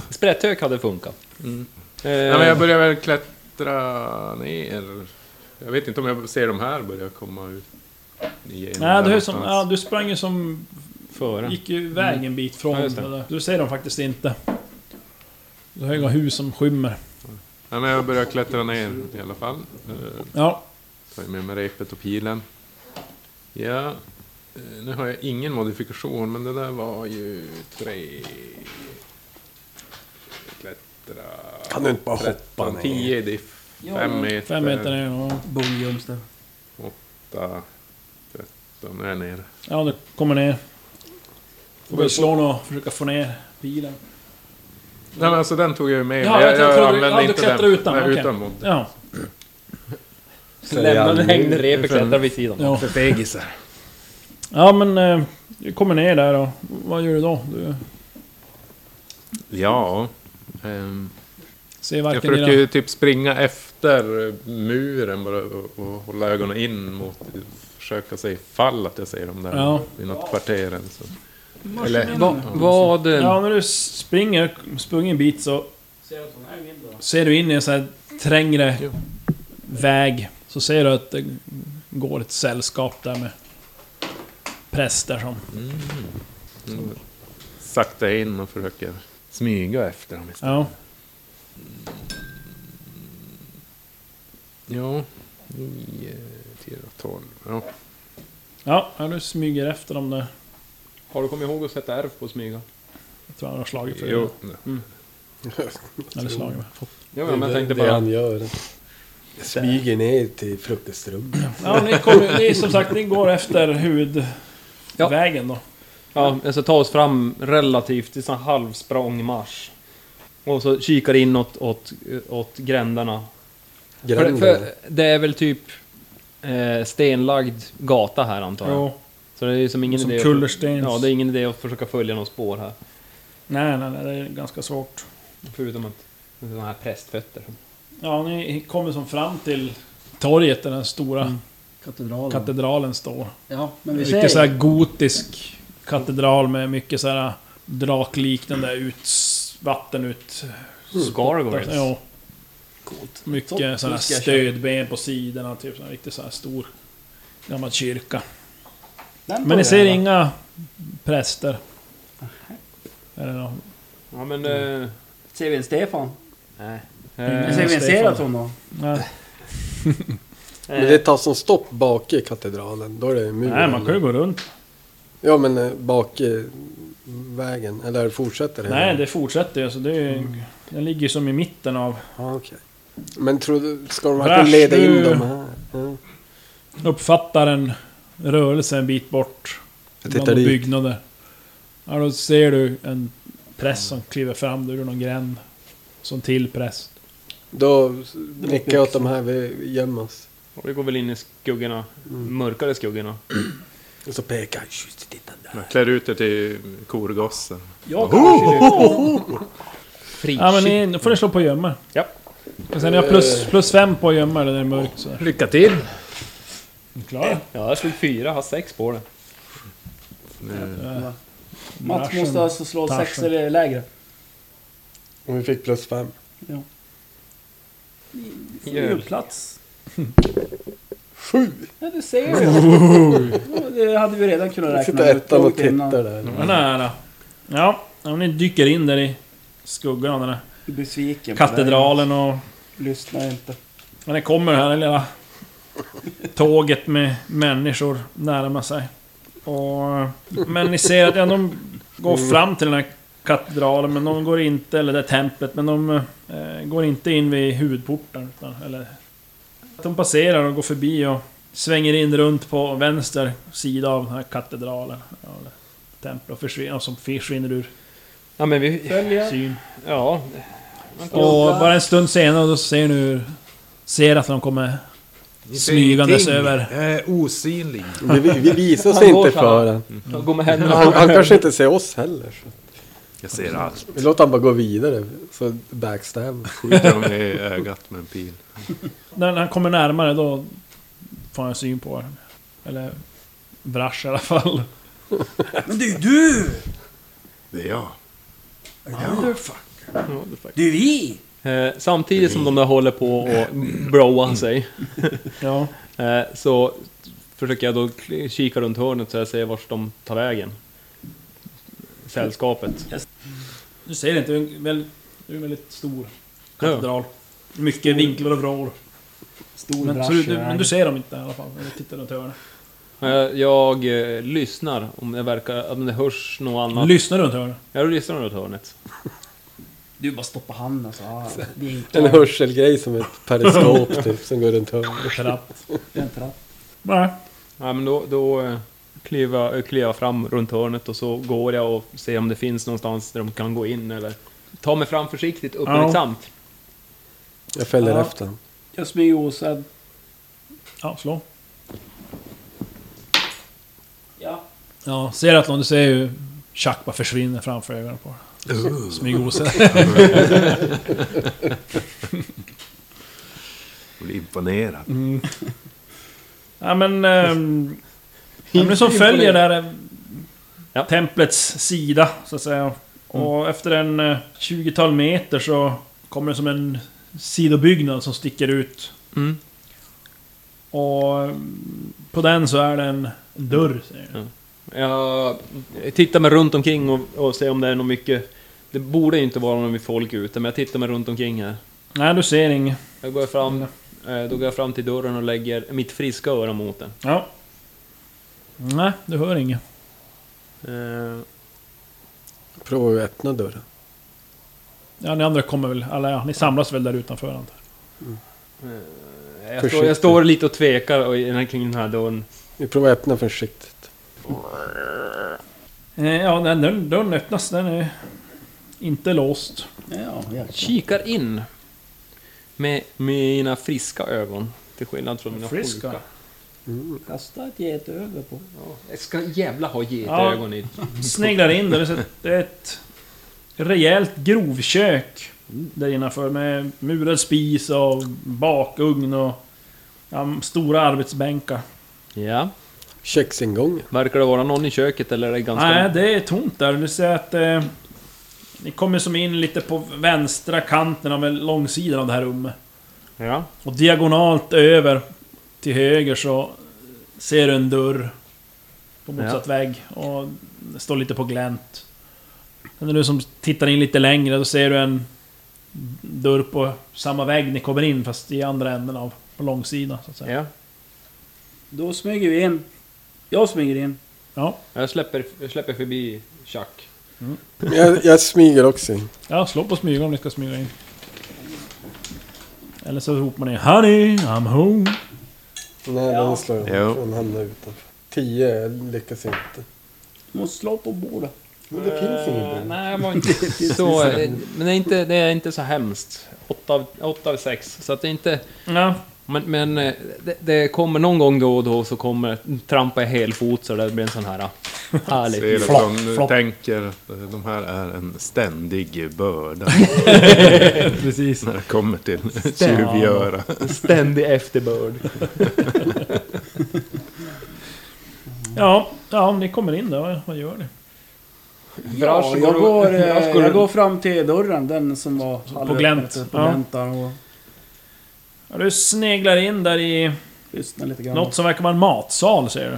Sprätthög hade funkat. Mm. Eh, Nej, men jag börjar väl klättra ner. Jag vet inte om jag ser de här börja komma ut. igenom Nej, där du, är som, ja, någonstans. du sprang ju som... före. Gick ju iväg en bit från... Ja, just det. det där. du ser dem faktiskt inte. Det är höga hus som skymmer. Nej, men jag börjar klättra ner i alla fall. Eh, Ja. Tar ju med mig repet och pilen. Ja, eh, nu har jag ingen modifikation, men det där var ju tre... Klättra... Kan du inte bara hoppa Tretton, ner? tio, det är Ja, fem meter. Fem meter ner och... Bungjums där. Åtta, tretton, nu är jag nere. Ja, du kommer ner. Får väl slå någon och försöka få ner bilen. Nej, men alltså den tog jag ju med. Ja, jag jag jag, trodde- använde ja, du inte klättrar den. utan, Nej, okej. utan mod. Ja. Lämnade hängde repet klättrade vid sidan. Ja, För fegisar. ja men... eh, Du kommer ner där och... Vad gör du då? Du Ja. ehm, ser jag varken försöker dina... ju typ springa efter eh, muren bara och, och hålla ögonen in mot... Försöka se ifall att jag ser dem där Ja. i något kvarter. eller Så. Eller, Va, vad... eh, Ja, när du springer, sprungit en bit så ser du in i en sån här trängre Jo. väg. Så ser du att det går ett sällskap där med präster som... mm, sakta in och försöker smyga efter dem istället. Ja. Ja. Nio, tio, tolv. Ja. Ja, ja, du smyger efter dem där. Har du kommit ihåg att sätta R på smyga? Jag tror han har slagit för dig. Jo. Eller slagit med. Ja, Det är men jag tänkte det bara... han gör. Jag smyger ner till frukostrummet. Ja, ni kommer, ni, som sagt, ni går efter huvudvägen Ja. då. Ja, alltså ta oss fram relativt i sån här halvsprång marsch. Och så kikar inåt åt, åt gränderna. För, Gränder. för det är väl typ eh, stenlagd gata här antar jag. Ja. Så det är som ingen Som idé... att- kullerstens. Ja, det är ingen idé att försöka följa några spår här. Nej, nej, nej, det är ganska svårt. Förutom att det är såna här prästfötter. Ja, ni kommer som fram till Mm. torget där den stora Katedralen. katedralen står. ja, men vi Mycket så ser. här gotisk katedral med mycket så här drakliknande ut... Vatten ut... Gargoyles. Ja. Coolt. Mycket sådana Nu ska jag stödben på sidorna, typ så här riktigt så här stor gammal kyrka. Den tar Men ni vi ser här, va? inga präster. Eller nå- Ja, men... Eh, Ser vi en Stefan? nej. Mm. Eh, ser vi Stefan. en Seraton då? nej. Men det tar som stopp bak i katedralen. Då är det muren. Nej, man kan ju gå runt. Ja, men eh, bak i vägen. Eller fortsätter det? Mm. Nej, det fortsätter ju. Så det är ju, Den ligger ju som i mitten av... Ja, okej. Men tror du... Ska de Brash, verkligen leda in du- dem här? Ja. Uppfattar en rörelse en bit bort. Jag bland tittar några dit. byggnader. Ja, då ser du en präst som kliver fram ur någon gränd. Som till präst. Då nickar jag åt de här. Vi gömmer oss. och vi går väl in i skuggorna. Mörkare skuggorna. Och så pekar han. "Tjus, titta där." Man klär ut er till korgossen. Jag kanske Fri Ja men ni, nu får ni slå på gömma. Ja. Men sen har jag plus, plus fem på gömma när det är mörkt sådär. Lycka till! Klar? Ja, jag slog fyra, har sex på den. Matt Marschen. måste alltså slå sex Tarsen. eller lägre. Och vi fick plus fem. Gör. Plats. Sju! Ja, du ser ju. Ja, Det hade vi redan kunnat Jag räkna sitter ettan och långt innan. tittar där. Ja, nära. Ja, ja, men ni dyker in där i skuggan av den här Besviken. på katedralen och... dig. Lyssnar inte. Men det kommer här det lilla tåget med människor närma sig. Och, men ni ser att ja, de går fram till den här katedralen, men de går inte, eller det templet, men de eh, går inte in vid huvudporten. Utan, eller, de passerar och går förbi och svänger in runt på vänster sida av den här katedralen. ja, Eller, templet och försvinner, och som försvinner ur Ja, men vi... Följa. syn. Ja. Och bara en stund senare då ser ni hur... Ser att de kommer Smygandes över. Jag är osynlig. Vi, vi, vi visar oss Han går inte så här. för han. Jag går med händerna Han, han kanske inte ser oss heller. Så. Jag ser allt. Vi låter han bara gå vidare. Så backstab. Skjuter dem i ögat med en pil. När han kommer närmare då får han syn på den. Eller Vrash i alla fall. Men det är ju du! Det är jag. Det är vi! Eh, Samtidigt som de där håller på och broa sig Ja. eh, så försöker jag då kl- kika runt hörnet så jag ser vart de tar vägen. Sällskapet. Du ser inte, det är en väldigt, det är en väldigt stor katedral. Mycket vinklar och vrår. Stor Men, så brasch. du, du, men du ser dem inte i alla fall. Eller tittar runt hörnet. Eh, Jag eh, lyssnar om det verkar, om det hörs något annat. Lyssnar runt hörnet. jag lyssnar runt hörnet. Du bara stoppar handen så. Ah, En vinklar. hörselgrej som ett periskop typ som går runt hörnet. Trapp. Det är en tratt. Nej. Ja, men då, då eh, kliver jag- eh, kliver jag fram runt hörnet och så går jag och ser om det finns någonstans där de kan gå in eller... Ta mig fram försiktigt, uppmärksamt. Jag följer Ja. efter honom. Jag smyger osedd. Ja, slå. Ja. Ja, ser att någon, du ser ju Chuck bara försvinner framför ögonen på dig. Smygosig. Jag blir imponerad. Ja men... ehm, ja, men som följer där... eh, Ja. Templets sida, så att säga. Och efter en eh, 20-tal meter så kommer det som en sidobyggnad som sticker ut. Mm. Och mm, på den så är det en dörr, säger jag. Jag tittar mig runt omkring och, och ser om det är något mycket... Det borde ju inte vara något folk ute, men jag tittar mig runt omkring här. Nej, du ser inget. Jag går fram, Mm. eh, då går jag fram till dörren och lägger mitt friska öra mot den. Ja. Nej, du hör inget. Eh, Prova att öppna dörren. Ja, ni andra kommer väl... Eller ja, ni samlas väl där utanför, antar jag. Jag, står, Försiktigt. jag står lite och tvekar och, i den här- kring den här dörren. Vi provar att öppna försiktigt. Eh, Ja, den dörren, dörren öppnas. Den är inte låst. Ja, jäklar. Kikar in. Med mina friska ögon. Till skillnad från mina Friska. sjuka. Kasta ett getöga på. Jag ska jävla ha getögon i. sneglar in där. Det är ett- Det är ett rejält grovkök där innanför med murad spis och bakugn och ja, stora arbetsbänkar. Ja. Köksingången. Verkar det vara någon i köket eller är det ganska... Nej, det är tomt där. Du ser att... Eh, ni kommer som in lite på vänstra kanten av en- långsidan av det här rummet. Ja. Och diagonalt över till höger så ser du en dörr på motsatt vägg och det står lite på glänt. Sen när du som tittar in lite längre då ser du en dörr på samma vägg ni kommer in fast i andra änden av på långsidan så att säga. ja. Då smyger vi in. Jag smyger in. Ja, Jag släpper, jag släpper förbi Chuck. Jag, jag smyger också in. ja slå på smyga om ni ska smyga in. Eller så ropar ni 'Honey, I'm home' Nej, den slår Jo. jag. Den hamnar utanför. Tio lyckas inte. Eh, Du måste slå på bordet. Men det finns ingen bord. Eh, Nej, jag var inte så... eh, Men det är inte, det är inte så hemskt. 8 av, åtta av 6. Så att det är inte... Ja, Men, men eh, det, det kommer någon gång då och då så kommer trampa i helfot så det blir en sån här eh, Ser härlig... att Flopp, de flopp. tänker att eh, de här är en ständig börda. Precis. när det kommer till tjuvgöra. Ständig efterbörd. Ja, ja, ni kommer in där. Vad gör ni? Ja, jag, går, eh, jag går fram till dörren, den som var halvöppen, glänt. På Ja. glänt där och Ja, du sneglar in där i lyssnar lite grann. något som verkar vara en matsal, ser du.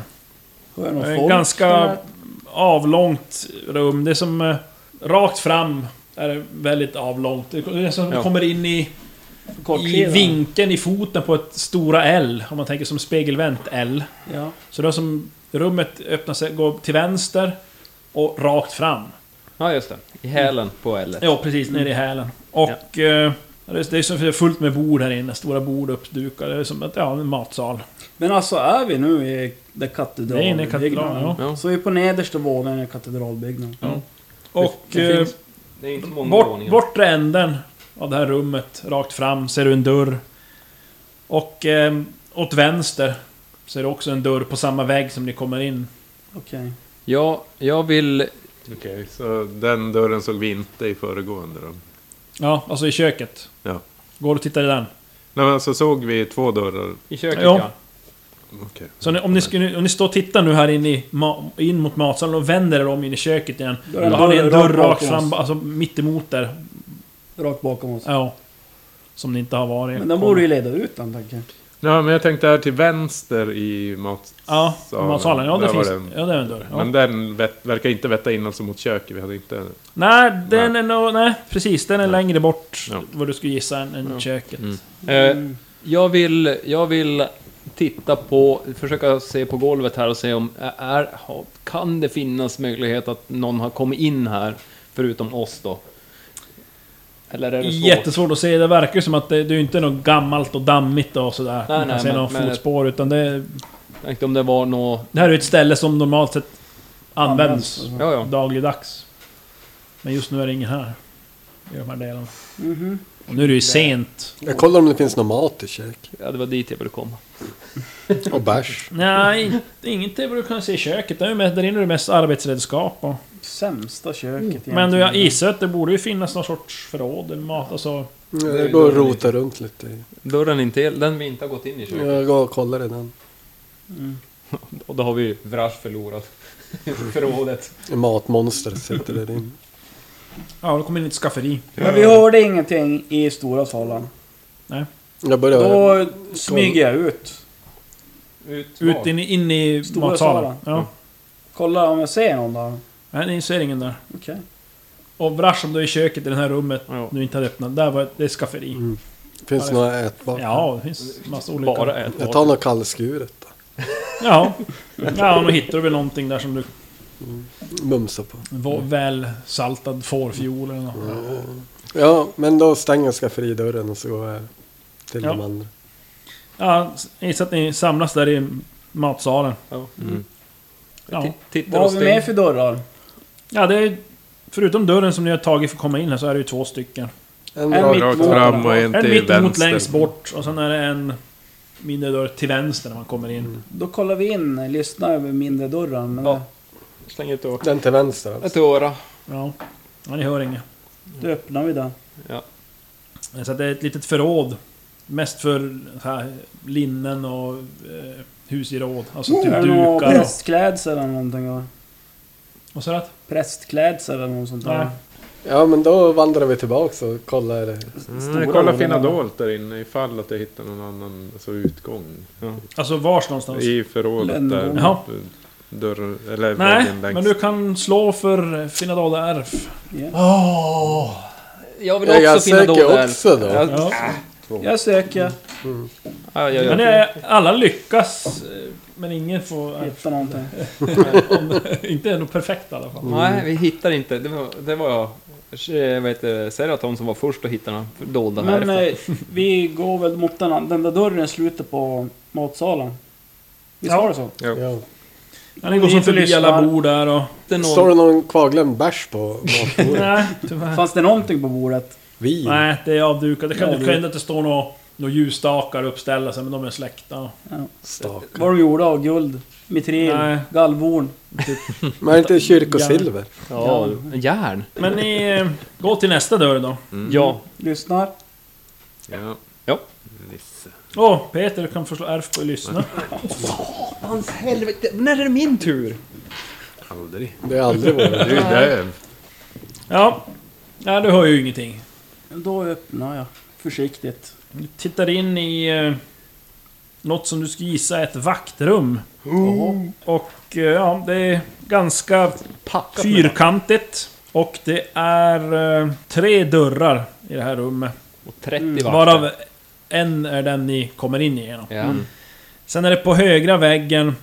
Hör jag någon Det är folk ganska där? avlångt rum. Det är som... eh, Rakt fram är det väldigt avlångt. Det är som Ja. kommer in i, i Kortsidan. vinkeln i foten på ett stora L. Om man tänker som spegelvänt L. Ja. Så det är som... Rummet öppnar sig, går till vänster och rakt fram. Ja, just det. I hälen på L. Ja, precis. Nere i hälen. Och... eh, Det är, det är som fullt med bord här inne. Stora bord uppdukade. Det är som att, ja, en matsal. Men alltså är vi nu i där katedralbyggnaden? Det är inne i katedralen, ja. Ja. Så vi är på nedersta våningen i katedralbyggnaden. Och... Det eh, finns- Det är inte många Bort, våningar. bortre änden av det här rummet, rakt fram, ser du en dörr. Och eh, åt vänster ser du också en dörr på samma väg som ni kommer in. Okej. Ja, jag vill... Okej, så den dörren såg vi inte i föregående rum. Ja, alltså i köket. Ja. Går och tittar i den. Nej men alltså såg vi två dörrar. I köket Ja. ja. Okej. Så ni, om, ni skulle, om ni står och tittar nu här inne i, ma, in mot matsalen och vänder er om in i köket igen. Då Då är det en har ni en dörr dörr rakt rakt bakom fram, oss. alltså mittemot där. Rakt bakom oss. Ja. Som ni inte har varit. Men den borde ju leda ut den tänker jag. Ja, men jag tänkte här till vänster i matsalen. Ja, matsalen. Ja, det Där var finns. det. Ja, det är en dörr. Ja. Men den vet, verkar inte vetta in alltså mot köket. Vi hade inte... nej, den är nog... Nej, precis. Den är längre bort. Ja. Vad du skulle gissa än, än köket. Mm. Eh, jag vill... Jag vill titta på... Försöka se på golvet här och se om... Är, har- kan det finnas möjlighet att någon har kommit in här? Förutom oss då. Eller är det svårt? Jättesvårt att se, det verkar ju som att det, det är ju inte något gammalt och dammigt och sådär. man kan nej, se men- några men- fotspår, utan det, Jag tänkte om det var nå... det här är ju ett ställe som normalt sett används Används, Ja, ja. dagligdags. Men just nu är det ingen här. I de här delarna. Mhm. Och nu är det ju sent. Jag kollar om det finns någon mat i kök. Ja, det var dit jag ville komma. Och bärs. Nej, in- inget det du kan se i köket. Det är ju mest, där inne är det mest arbetsredskap och... Sämsta köket egentligen. Oh. Men du, jag gissar att det borde ju finnas någon sorts förråd eller mat, alltså... Jag går och rotar runt lite. i- Dörren inte... Den vi inte har gått in i köket. Jag går och kollar i den. Och då har vi Vrash förlorat. Förrådet. Matmonstret sitter där inne. Ja, då kommer in i ett skafferi. Men vi hörde ingenting i stora Eh, salen. Jag börjar... Då smyger jag ut. Ut. Ut in, i- in i Stora matsalen. salen. Ja. Kollar om jag ser någon där. Nej, ni ser ingen där. Okej. Och Vrash som du är i köket i det här rummet Ja. du inte hade öppnat, där var det är skafferi. Finns det några ätbart? Ja, det finns massa olika. Bara ett Jag tar något kallskuret då. Ja. Ja, nu hittar du väl någonting där som du... Mumsa på. var- Väl saltad fårfiol eller något. Ja, men då stänger jag skafferidörren och så går jag till Ja. de andra. Ja, jag gissar att ni samlas där i matsalen. Ja. Ja. Tittar Vad och har vi mer stänger. för dörrar? ja, det är... Förutom dörren som ni har tagit för att komma in här så är det ju två stycken. En En rakt- mitt- Rakt mot- fram och en En till mittemot vänster. längst bort och sen är det en mindre dörr till vänster när man kommer in. Då kollar vi in, lyssnar över mindre dörren. Men Ja. Släng ut örat. Den till vänster alltså. Ett öra. Ja. ja, ni hör inget. Då öppnar vi den. Ja. Så att det är ett litet förråd. Mest för så här, linnen och eh, husgeråd. Alltså typ Är det någon dukar och... prästklädsel eller någonting? va? Vad sa du? att- Prästklädsel eller något sånt där. Nej. Ja, men då vandrar vi tillbaks och kollar. Mm, jag kollar fina dolt där inne ifall att jag hittar någon annan alltså, utgång. Alltså vars någonstans? I förrådet där. Länder. Ja. Dörren, eller Nej, väggen längst. men du kan slå för fina dolda ärf. Ja. Jag vill Är också jag finna säker dollar. också då? Ja. Ja. Jag söker. Ja, ja, Men ja. det är, alla lyckas, eh, men ingen får ärf. Hitta någonting. Om, inte är nog perfekt i alla fall. Nej, vi hittar inte. Det var, det var jag. eh, Vad heter det? Seraton som var först att hitta den här dolda Men här. eh, vi går väl mot den, an- den där dörren i slutet på matsalen. Visst Ja. var det så? Ja. Ja, ni går som Inte förbi lyssnar. alla bord där och... Det är någon- Står det någon kvarglömd bärs på matbordet? Nej, tyvärr. Fanns det någonting på bordet? Vin? Nej, det är avdukat. Det kan, Ja, det det- kan hända att det står något några ljusstakar uppställda, så här, men de är släckta. Vad de gjorde av guld, mitril, Nej. gallborn. Men inte kyrkosilver? Ja, järn. Men ni eh, går till nästa dörr då. Ja, Lyssnar. Ja. Ja. Nisse. Åh, Peter kan förslå RF på att lyssna. Hans helvete, när är det min tur? Aldrig. Det har aldrig Du varit. är döv. Ja. Nej, du hör ju ingenting. Då öppnar jag försiktigt. Du tittar in i... Eh, något som du skulle gissa är ett vaktrum. Och eh, ja, det är ganska Packat med- fyrkantigt. Och det är eh, tre dörrar i det här rummet. Och 30 vakter. Mm. Varav Mm. en är den ni kommer in igenom. Ja. Sen är det på högra väggen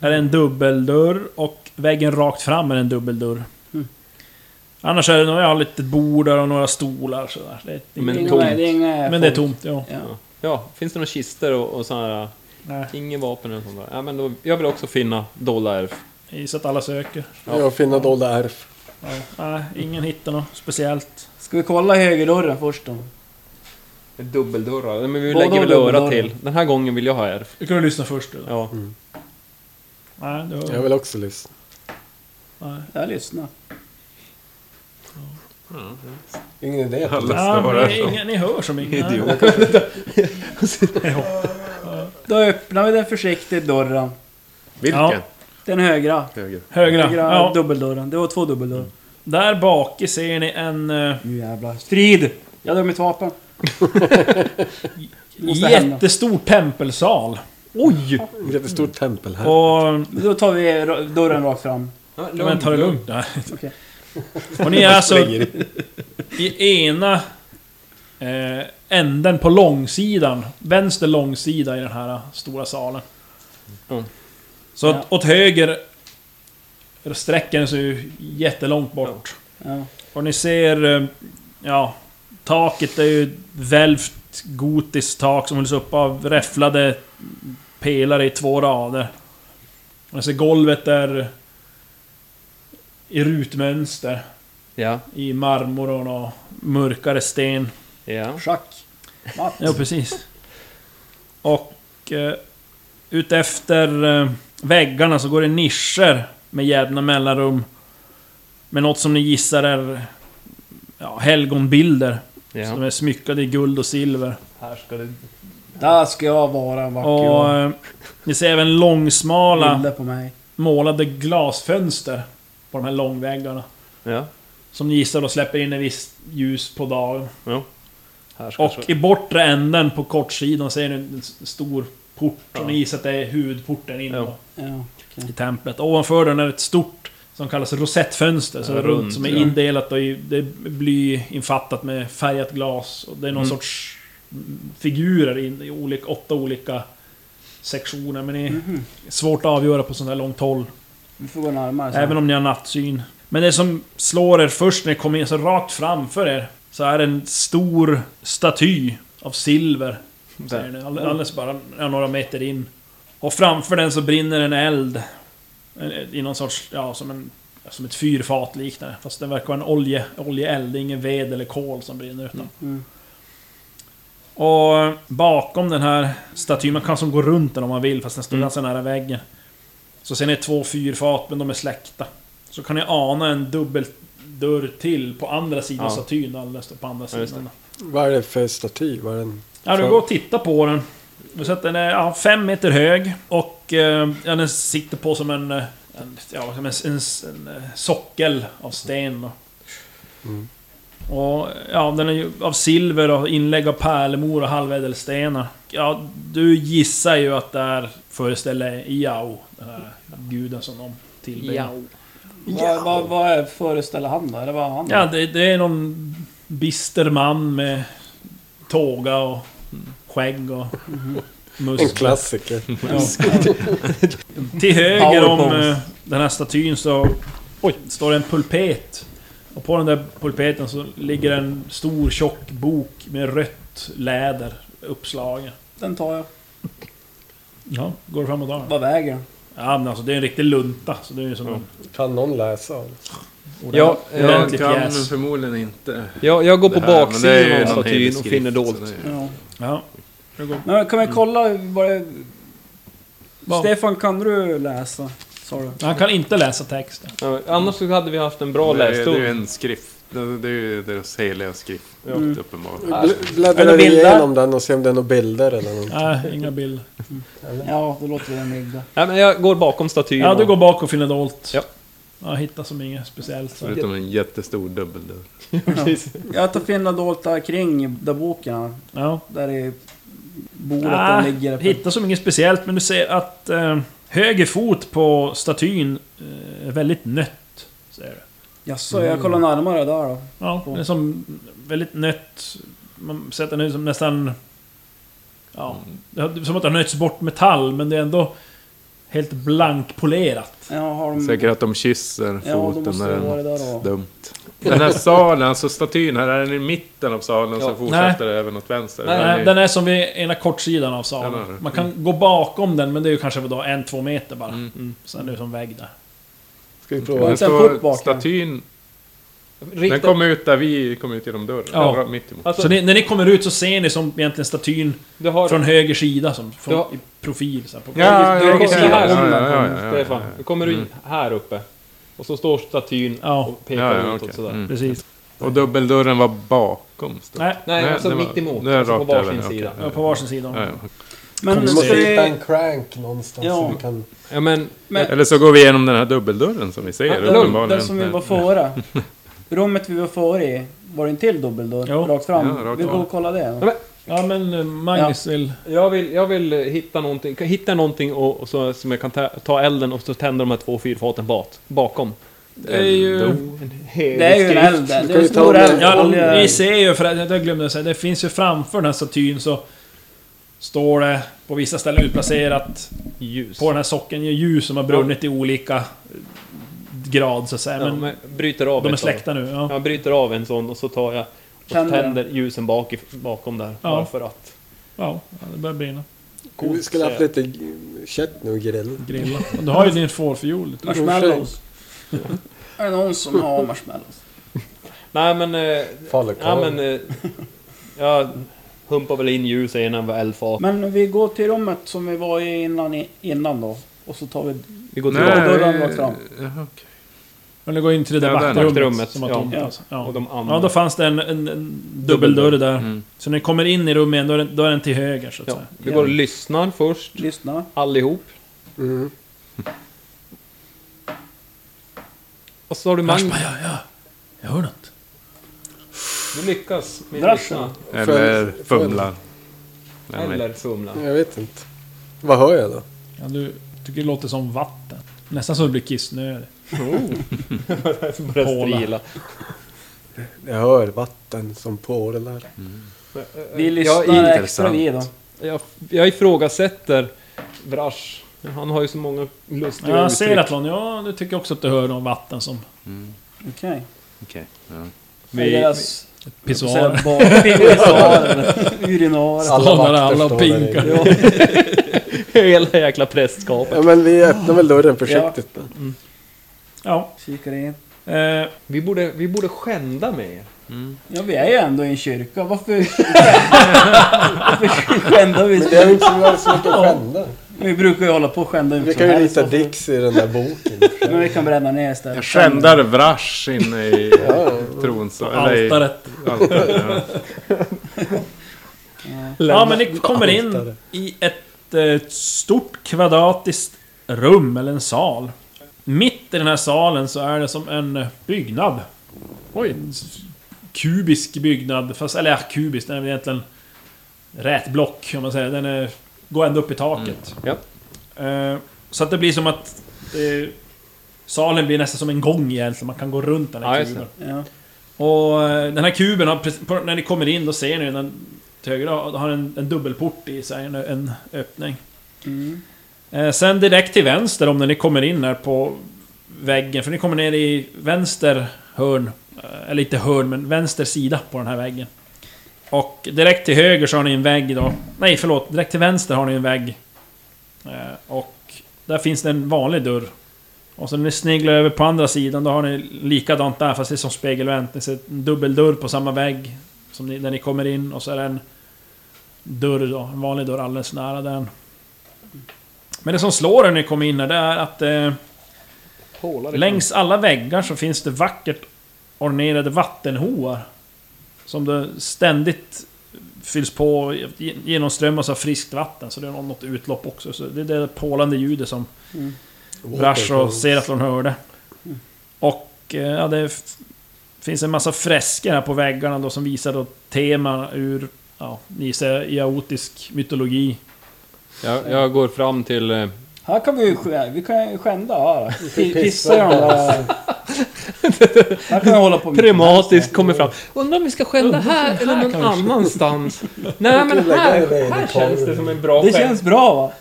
är det en dubbeldörr och väggen rakt fram är en dubbeldörr. Mm. Annars är det några, ja, lite bord där och några stolar sådär. Det är inte- Men Det är inga- tomt. Det är inga men det är folk. tomt, ja. Ja. ja, finns det några kister och, och sådana här... Nej, Inget vapen eller sånt där. Ja, men då, jag vill också finna dolda ärv. jag gissar att alla söker. Jag finner dolda ärv. Nej, ingen hittar något speciellt. Ska vi kolla högerdörren först då? Dubbeldörrar. Men vi Båda lägger väl dubbeldörrar. öra till. Den här gången vill jag ha ärv. Du kan ju lyssna först du. då. Ja. Nej, du Jag hör... vill också lyssna. Nej. Jag lyssnar. Ingen idé. Alla Ja, svarar ni, som inga, ni hör som inga. idiot. Då öppnar vi den försiktigt dörren. Vilken? Ja. Den högra. Höger. Högra. Högra Ja. dubbeldörren. Det var två dubbeldörrar. Mm. Där bak i ser ni en eh, Nu jävlar. Strid! Jag drar mitt vapen. Måste hända. jättestor tempelsal. Oj! Det är ett stort tempel här. Och... Då tar vi ra- dörren rakt fram. Ja, men ta det lugnt där. Okej. Och ni är alltså i ena eh, änden på långsidan, vänster långsida i den här stora salen. Mm. Så att åt höger sträcker den sig ju jättelångt bort. Ja. Och ni ser, eh, ja, taket är ju välvt gotiskt tak som hålls upp av räfflade pelare i två rader. Och ni ser golvet är i rutmönster. Ja, I marmor och nå mörkare sten. ja. Schack. Matt. Ja, precis. Och eh, utefter eh, väggarna så går det nischer med jämna mellanrum. Med något som ni gissar är ja, helgonbilder. Som ja. är smyckade i guld och silver. Här ska det... Där ska jag vara en vacker Och dag. eh, ni ser även långsmala Bilder på mig. målade glasfönster på de här långväggarna. Ja. Som ni gissar då släpper in ett visst ljus på dagen. Här ska Och i bortre änden på kortsidan ser ni en s- stor port. Och ni gissar att det är huvudporten in Ja. då, Ja. i templet. Ovanför den är ett stort som kallas rosettfönster, så Ja, det är runt, runt, som är ja. indelat och i, det är bly infattat med färgat glas. Och det är någon Mm. sorts mm, figurer in, i olika, åtta olika sektioner, men det är Mhm. svårt att avgöra på sånt här långt håll. Vi får gå närmare sen. Även om ni har nattsyn. Men det som slår er först när ni kommer in, så rakt framför er, så är en stor staty av silver. Säger ni. All- Alldeles bara ja, några meter in. Och framför den så brinner en eld. En- I någon sorts, ja som en... Som ett fyrfat liknande. Fast det verkar vara en olje, oljeeld, det är ingen ved eller kol som brinner utan. Mm. Och bakom den här statyn, man kan som gå runt den om man vill fast den står Mm. ganska nära väggen. Så ser ni två fyrfat men de är släckta. Så kan ni ana en dubbeldörr till på andra sidan Ja. statyn alldeles på andra Ja, just det. sidan. Vad är det för staty? Vad är den? Ja, du Så- går och tittar på den. Du ser att den är ja, fem meter hög och eh, ja, den sitter på som en, eh, en, ja, som en, en, en eh, sockel av sten. Då. Mm. Och ja, den är ju av silver och inlägg av pärlemor och halvädelstenar. Ja, du gissar ju att det här föreställer Iao, den här guden som de tillber. Iao. Vad, vad, vad är, föreställer han då? Eller vad har han? Ja, det, det är någon bister man med tåga och skägg och En muskler. klassiker. Till höger om Powerpose. eh, den här statyn så oj, står det en pulpet. Och på den där pulpeten så ligger en stor tjock bok med rött läder uppslagen. Den tar jag. Ja, går fram och tar den? Vad väger den? Ja men alltså det är en riktig lunta. Så det är ju som en Kan någon läsa av? Ja, Jag ordentlig kan pjäs. förmodligen inte jag, jag går på det här, men det är ju baksidan av någon statyn och hedersskrift, finner så dolt. det är ju- Ja. Ja. Det går... Men kan vi kolla bara... Vad? Stefan, kan du läsa? Sa du? Han kan inte läsa texten. Ja, Annars så hade vi haft en bra det, är- det är ju lässtund. en skrift. Det, det är ju deras heliga skrift, uppenbart. Mm. Bl- Eller Bläddrar bilder. igenom den och se om det är några bilder eller något. Nej, inga bilder. Ja, då låter vi den ligga. Nej, men jag går bakom statyn. Ja, du och- går bak och finner dolt. Ja. Jag hittar som inget speciellt. Så. Förutom en jättestor dubbeldörr. Jag tar finna dolt där kring där boken är. Ja. Där i bordet Ah, den ligger. uppe. hittar som inget speciellt, men du ser att eh, höger fot på statyn eh, är väldigt nött. Ser du. Jaså, jag kollar närmare där då. Ja, den är som väldigt nött. Man ser att den är som nästan... Ja, det Mm. är som att den har nötts bort metall, men det är ändå helt blankpolerat. Ja, har de... Säkert att de kysser Mm. Ja, då foten måste när det vara det den... där då. Dumt. Den här salen, alltså statyn här, är den i mitten av salen Ja. så fortsätter det även åt vänster? Nej, Den är- Nej, den är som vid ena kortsidan av Den är salen. det. Man kan gå bakom den, men det är ju kanske vadå, en, två meter bara. Mm. Sen är det som vägg där. Ska vi Det prova? Oj. en port står bak här. statyn. Den Rikta- kom ut där vi kom ut genom dörren. Ja. Ja. Mitt emot. Alltså, Så ni, när ni kommer ut så ser ni som egentligen statyn du har... från höger sida, som från, Ja. i profil. Så här, på, Ja, du ja, kommer okej. här Ja, uppe, ja, ja, Mm. ja, Stefan. ja, ja. Nu kommer du in här uppe. Och så står statyn Ja. och pekar Ja, ja, utåt okej. sådär. Mm. Precis. Och dubbeldörren var bakom. Stod. Nej, Nej, Nej, alltså det var- mitt emot. det är Alltså på rakt varsin över, okej. sida. ja, på varsin sida. Ja, ja. Men Vi ska måste hitta vi... en crank någonstans Ja. så vi kan... Ja, men... Eller så går vi igenom den här dubbeldörren som vi ser. Ja, uppenbarligen. Den som vi var före. Rummet vi var före i. Var det en till Jo. dubbeldörr? Rakt fram. Ja, rakt vi går fram. och kollar det. Ja, då. Ja, men eh, Magnus vill... Jag vill, jag vill eh, hitta någonting, kan hitta någonting och, och så, som jag kan ta, ta elden och så tända de här två fyrfaten bat, bakom. Det är ju... Det är ju en eld där. Det är en vi ta stor om eld. Ja, Olja- ni ser ju, för att- jag glömde säga, det finns ju framför den här statyn så... Står det på vissa ställen utplacerat ljus. på den här socken ljus som har brunnit i olika grad så att säga. ja, Men men, bryter av de är ett sånt. släkta nu. Ja. Jag bryter av en sån och så tar jag och Tänder den. tänder ljusen bak, i- bakom där. Ja. Bara för att. Ja, det börjar brinna. Vi skulle haft lite kött nu och grill. Grilla. Och Du har ju din fårfiol. lite. Marshmallows. Är det någon som har marshmallows? Nej men... Eh, ja Falukorv. men... Eh, jag humpar väl in ljus i ena eldfat. Men vi går till rummet som vi var i innan, i- innan då. Och så tar vi... Vi går Nej. tillbaka. dörren rakt Eh, fram. Jaha, okej. Men det går in till det där Ja, där. vaktrummet Vaktrummet, som var ja. tomt. Ja. alltså. Ja. Och de andra. ja, då fanns det en, en, en dubbeldörr där. Så när ni kommer in i rummet igen, då är den, då är den till höger så att Mm. Ja, säga. vi går och lyssnar först. Lyssna. Allihop. Mm. Och så har du Lars Magnus. bara, ja, ja. Jag hör något. Du lyckas med att Draschen. lyssna. Eller Följ- fumlar. Nej, men- Eller fumla. Jag vet inte. Vad hör jag då? Ja, du tycker det låter som vatten. Nästan så du blir kissnödig. Börjar Påla. strila. Jag hör vatten som porlar. Vi Ja, lyssnar extra intressant. vi då. Jag, jag ifrågasätter Brash. Han har ju så många lustiga Ja, uttryck. Seratlon, ja du tycker också att du hör någon vatten som Okej. Okej. Vi... Deras... pissoar. Urinarer. Alla där vakter alla står och där i. pinkar. Hela jäkla prästskapet. Ja men vi öppnar väl dörren försiktigt då. Ja. Kikar in. Eh, Vi borde, vi borde skända med er. Ja, vi är ju ändå i en kyrka. Varför... Varför skändar vi? Men det är ju inte så mycket som vi kan skända. Vi brukar ju hålla på och skända Vi ut kan ju rita varför- Dix i den där boken. Men vi kan bränna ner Jag istället. skändar vrash inne i tronsalen. Eller i altaret. altaret. ja. Ja, men ni kommer in i ett eh, stort kvadratiskt rum, eller en sal. Mitt i den här salen så är det som en eh, byggnad. Oj. En s- kubisk byggnad, fast, eller ja, kubisk, den är väl egentligen rätblock, om man säger. Den är, går ända upp i taket. Mm, Eh, så att det blir som att eh, salen blir nästan som en gång egentligen, man kan gå runt den Ja, här just kuben. Ja. Och eh, den här kuben, har, precis- på- när ni kommer in då ser ni den till höger, då har den en dubbelport i sig, en, en öppning. Mm. Eh, sen direkt till vänster om när ni kommer in här på väggen, för ni kommer ner i vänster hörn, eh, eller inte hörn, men vänster sida på den här väggen. Och direkt till höger så har ni en vägg då, nej förlåt, direkt till vänster har ni en vägg. Eh, och där finns det en vanlig dörr. Och sen när ni sneglar över på andra sidan, då har ni likadant där, fast det är som spegelvänt. Ni ser en dubbeldörr på samma vägg som ni, där ni kommer in, och så är det en dörr då, en vanlig dörr alldeles nära den. Men det som slår er när ni kommer in här, det är att eh, längs alla väggar så finns det vackert ornerade vattenhoar. Som det ständigt fylls på, genomströmmas av friskt vatten. Så det är något utlopp också. Så det är det pålande ljudet som Mm. Brash och Seratlon hörde. Och eh, ja, det f- finns en massa fresker här på väggarna då som visar då teman ur, ja, ni ser, iaotisk mytologi. Jag, jag går fram till... eh, Här kan vi ju sk- vi kan ju skända här. Pi- Pissa i de där... Här kan vi hålla på mycket. Prematiskt kommer fram. Undrar om vi ska skända här eller någon annanstans? Nej men här, här känns det som en bra Det skämt. känns bra va?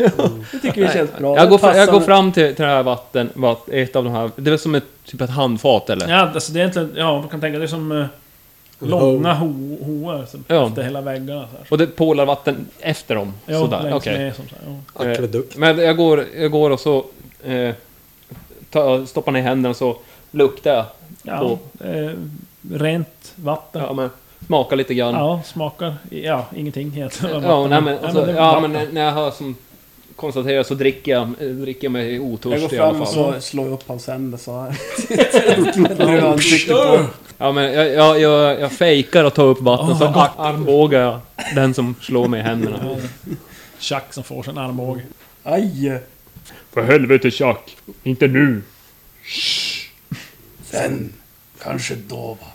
Det tycker vi känns bra. Jag går, fram, Det jag går passar fram till, till det här vatten, vatt, ett av de här, det är som ett, typ ett handfat eller? Ja, alltså det är egentligen, ja, man kan tänka det är som eh, långa ho- hoar som Ja. efter hela väggarna. Så här. Och det pålar vatten efter dem? Ja, sådär, längs okej. med, som så här, ja. Eh, Akvedukt. Men jag går, jag går och så eh, ta, stoppar ner händerna och så luktar jag. Ja, På. eh, rent vatten. Ja, Ja. men, smakar lite grann. smakar. Ja, ingenting egentligen. Ja, nej, men, alltså, det är ja, men vatten. när- när jag har som konstaterat så dricker jag, eh, dricker jag mig Jag går otörstig i alla fram och fall. slår, slår upp hans händer så här. Jag drar ansiktet på. Ja, men jag, jag, jag, jag fejkar och tar upp vatten Åh, så vad gott. ar- armbågar jag den som slår mig i händerna. Tjack som får sin armbåge. Aj! För helvete Chuck! Inte nu! Sen. Kanske då va.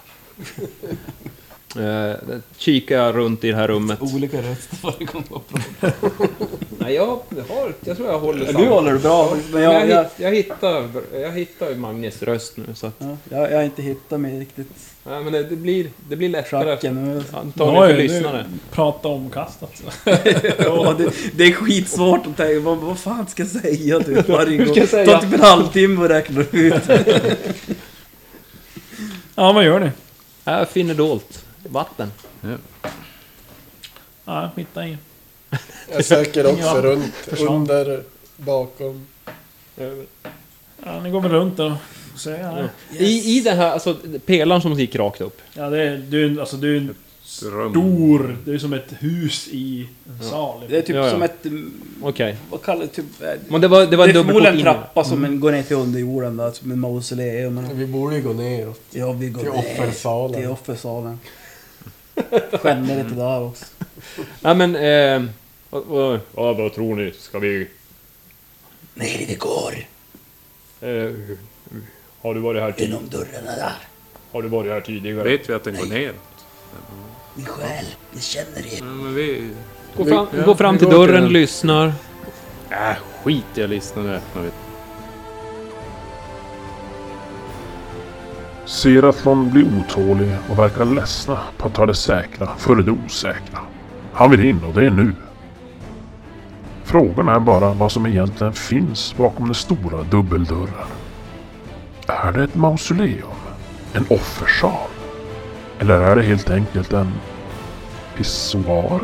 Eh, kikar jag runt i det här rummet. Olika röster varje gång man pratar. Nej, jag, har, jag tror jag håller Du håller det bra faktiskt, men jag, jag, hittar, jag hittar ju Magnes röst nu så att... ja, jag, jag har inte hittat mig riktigt. Nej, men det, det, blir, det blir lättare. Schacken. men- Antagligen för Oj, nu- lyssnare. Prata alltså. omkastat. så. Ja, det, det är skitsvårt att tänka, vad, vad fan ska jag säga typ varje gång? ska jag säga? Ta typ en halvtimme och räkna ut. Ja, vad gör ni? Jag finner dolt. Vatten. Ja, hittar ingen. Jag söker också Ja, runt, försvann. under, bakom. Ja, ni går väl runt då. och ser, Ja, I, I den här, alltså pelaren som gick rakt upp. ja det är, du, är en- alltså, du är en Rum. stor... Det är som ett hus i en sal. Det är typ Ja, ja. som ett, mm, Okej. vad kallar det, typ... eh, Men det var, det var det en är förmodligen dubbelkort en in. trappa som Mm. en går ner till underjorden där, som en mausoleum. eller- Vi borde ju gå neråt Ja, vi går till ner till offersalen. offersalen. Skämmer lite där också. Nej men... Eh, vad, vad, ja, vad tror ni? Ska vi... Nej, det går Eh, har du varit här tidigare? genom dörrarna där. Har du varit här tidigare? Vet vi att den går ner? Ni själ, ni känner Ja, er. men vi... Gå fram, Ja, gå fram vi till går till dörren, den. lyssnar. Äh, skit jag lyssnar nu öppnar vi. Seratlon blir otålig och verkar ledsna på att ta det säkra före det osäkra. Han vill in och det är nu. Frågan är bara vad som egentligen finns bakom den stora dubbeldörren. Är det ett mausoleum? En offersal? Eller är det helt enkelt en pissoar?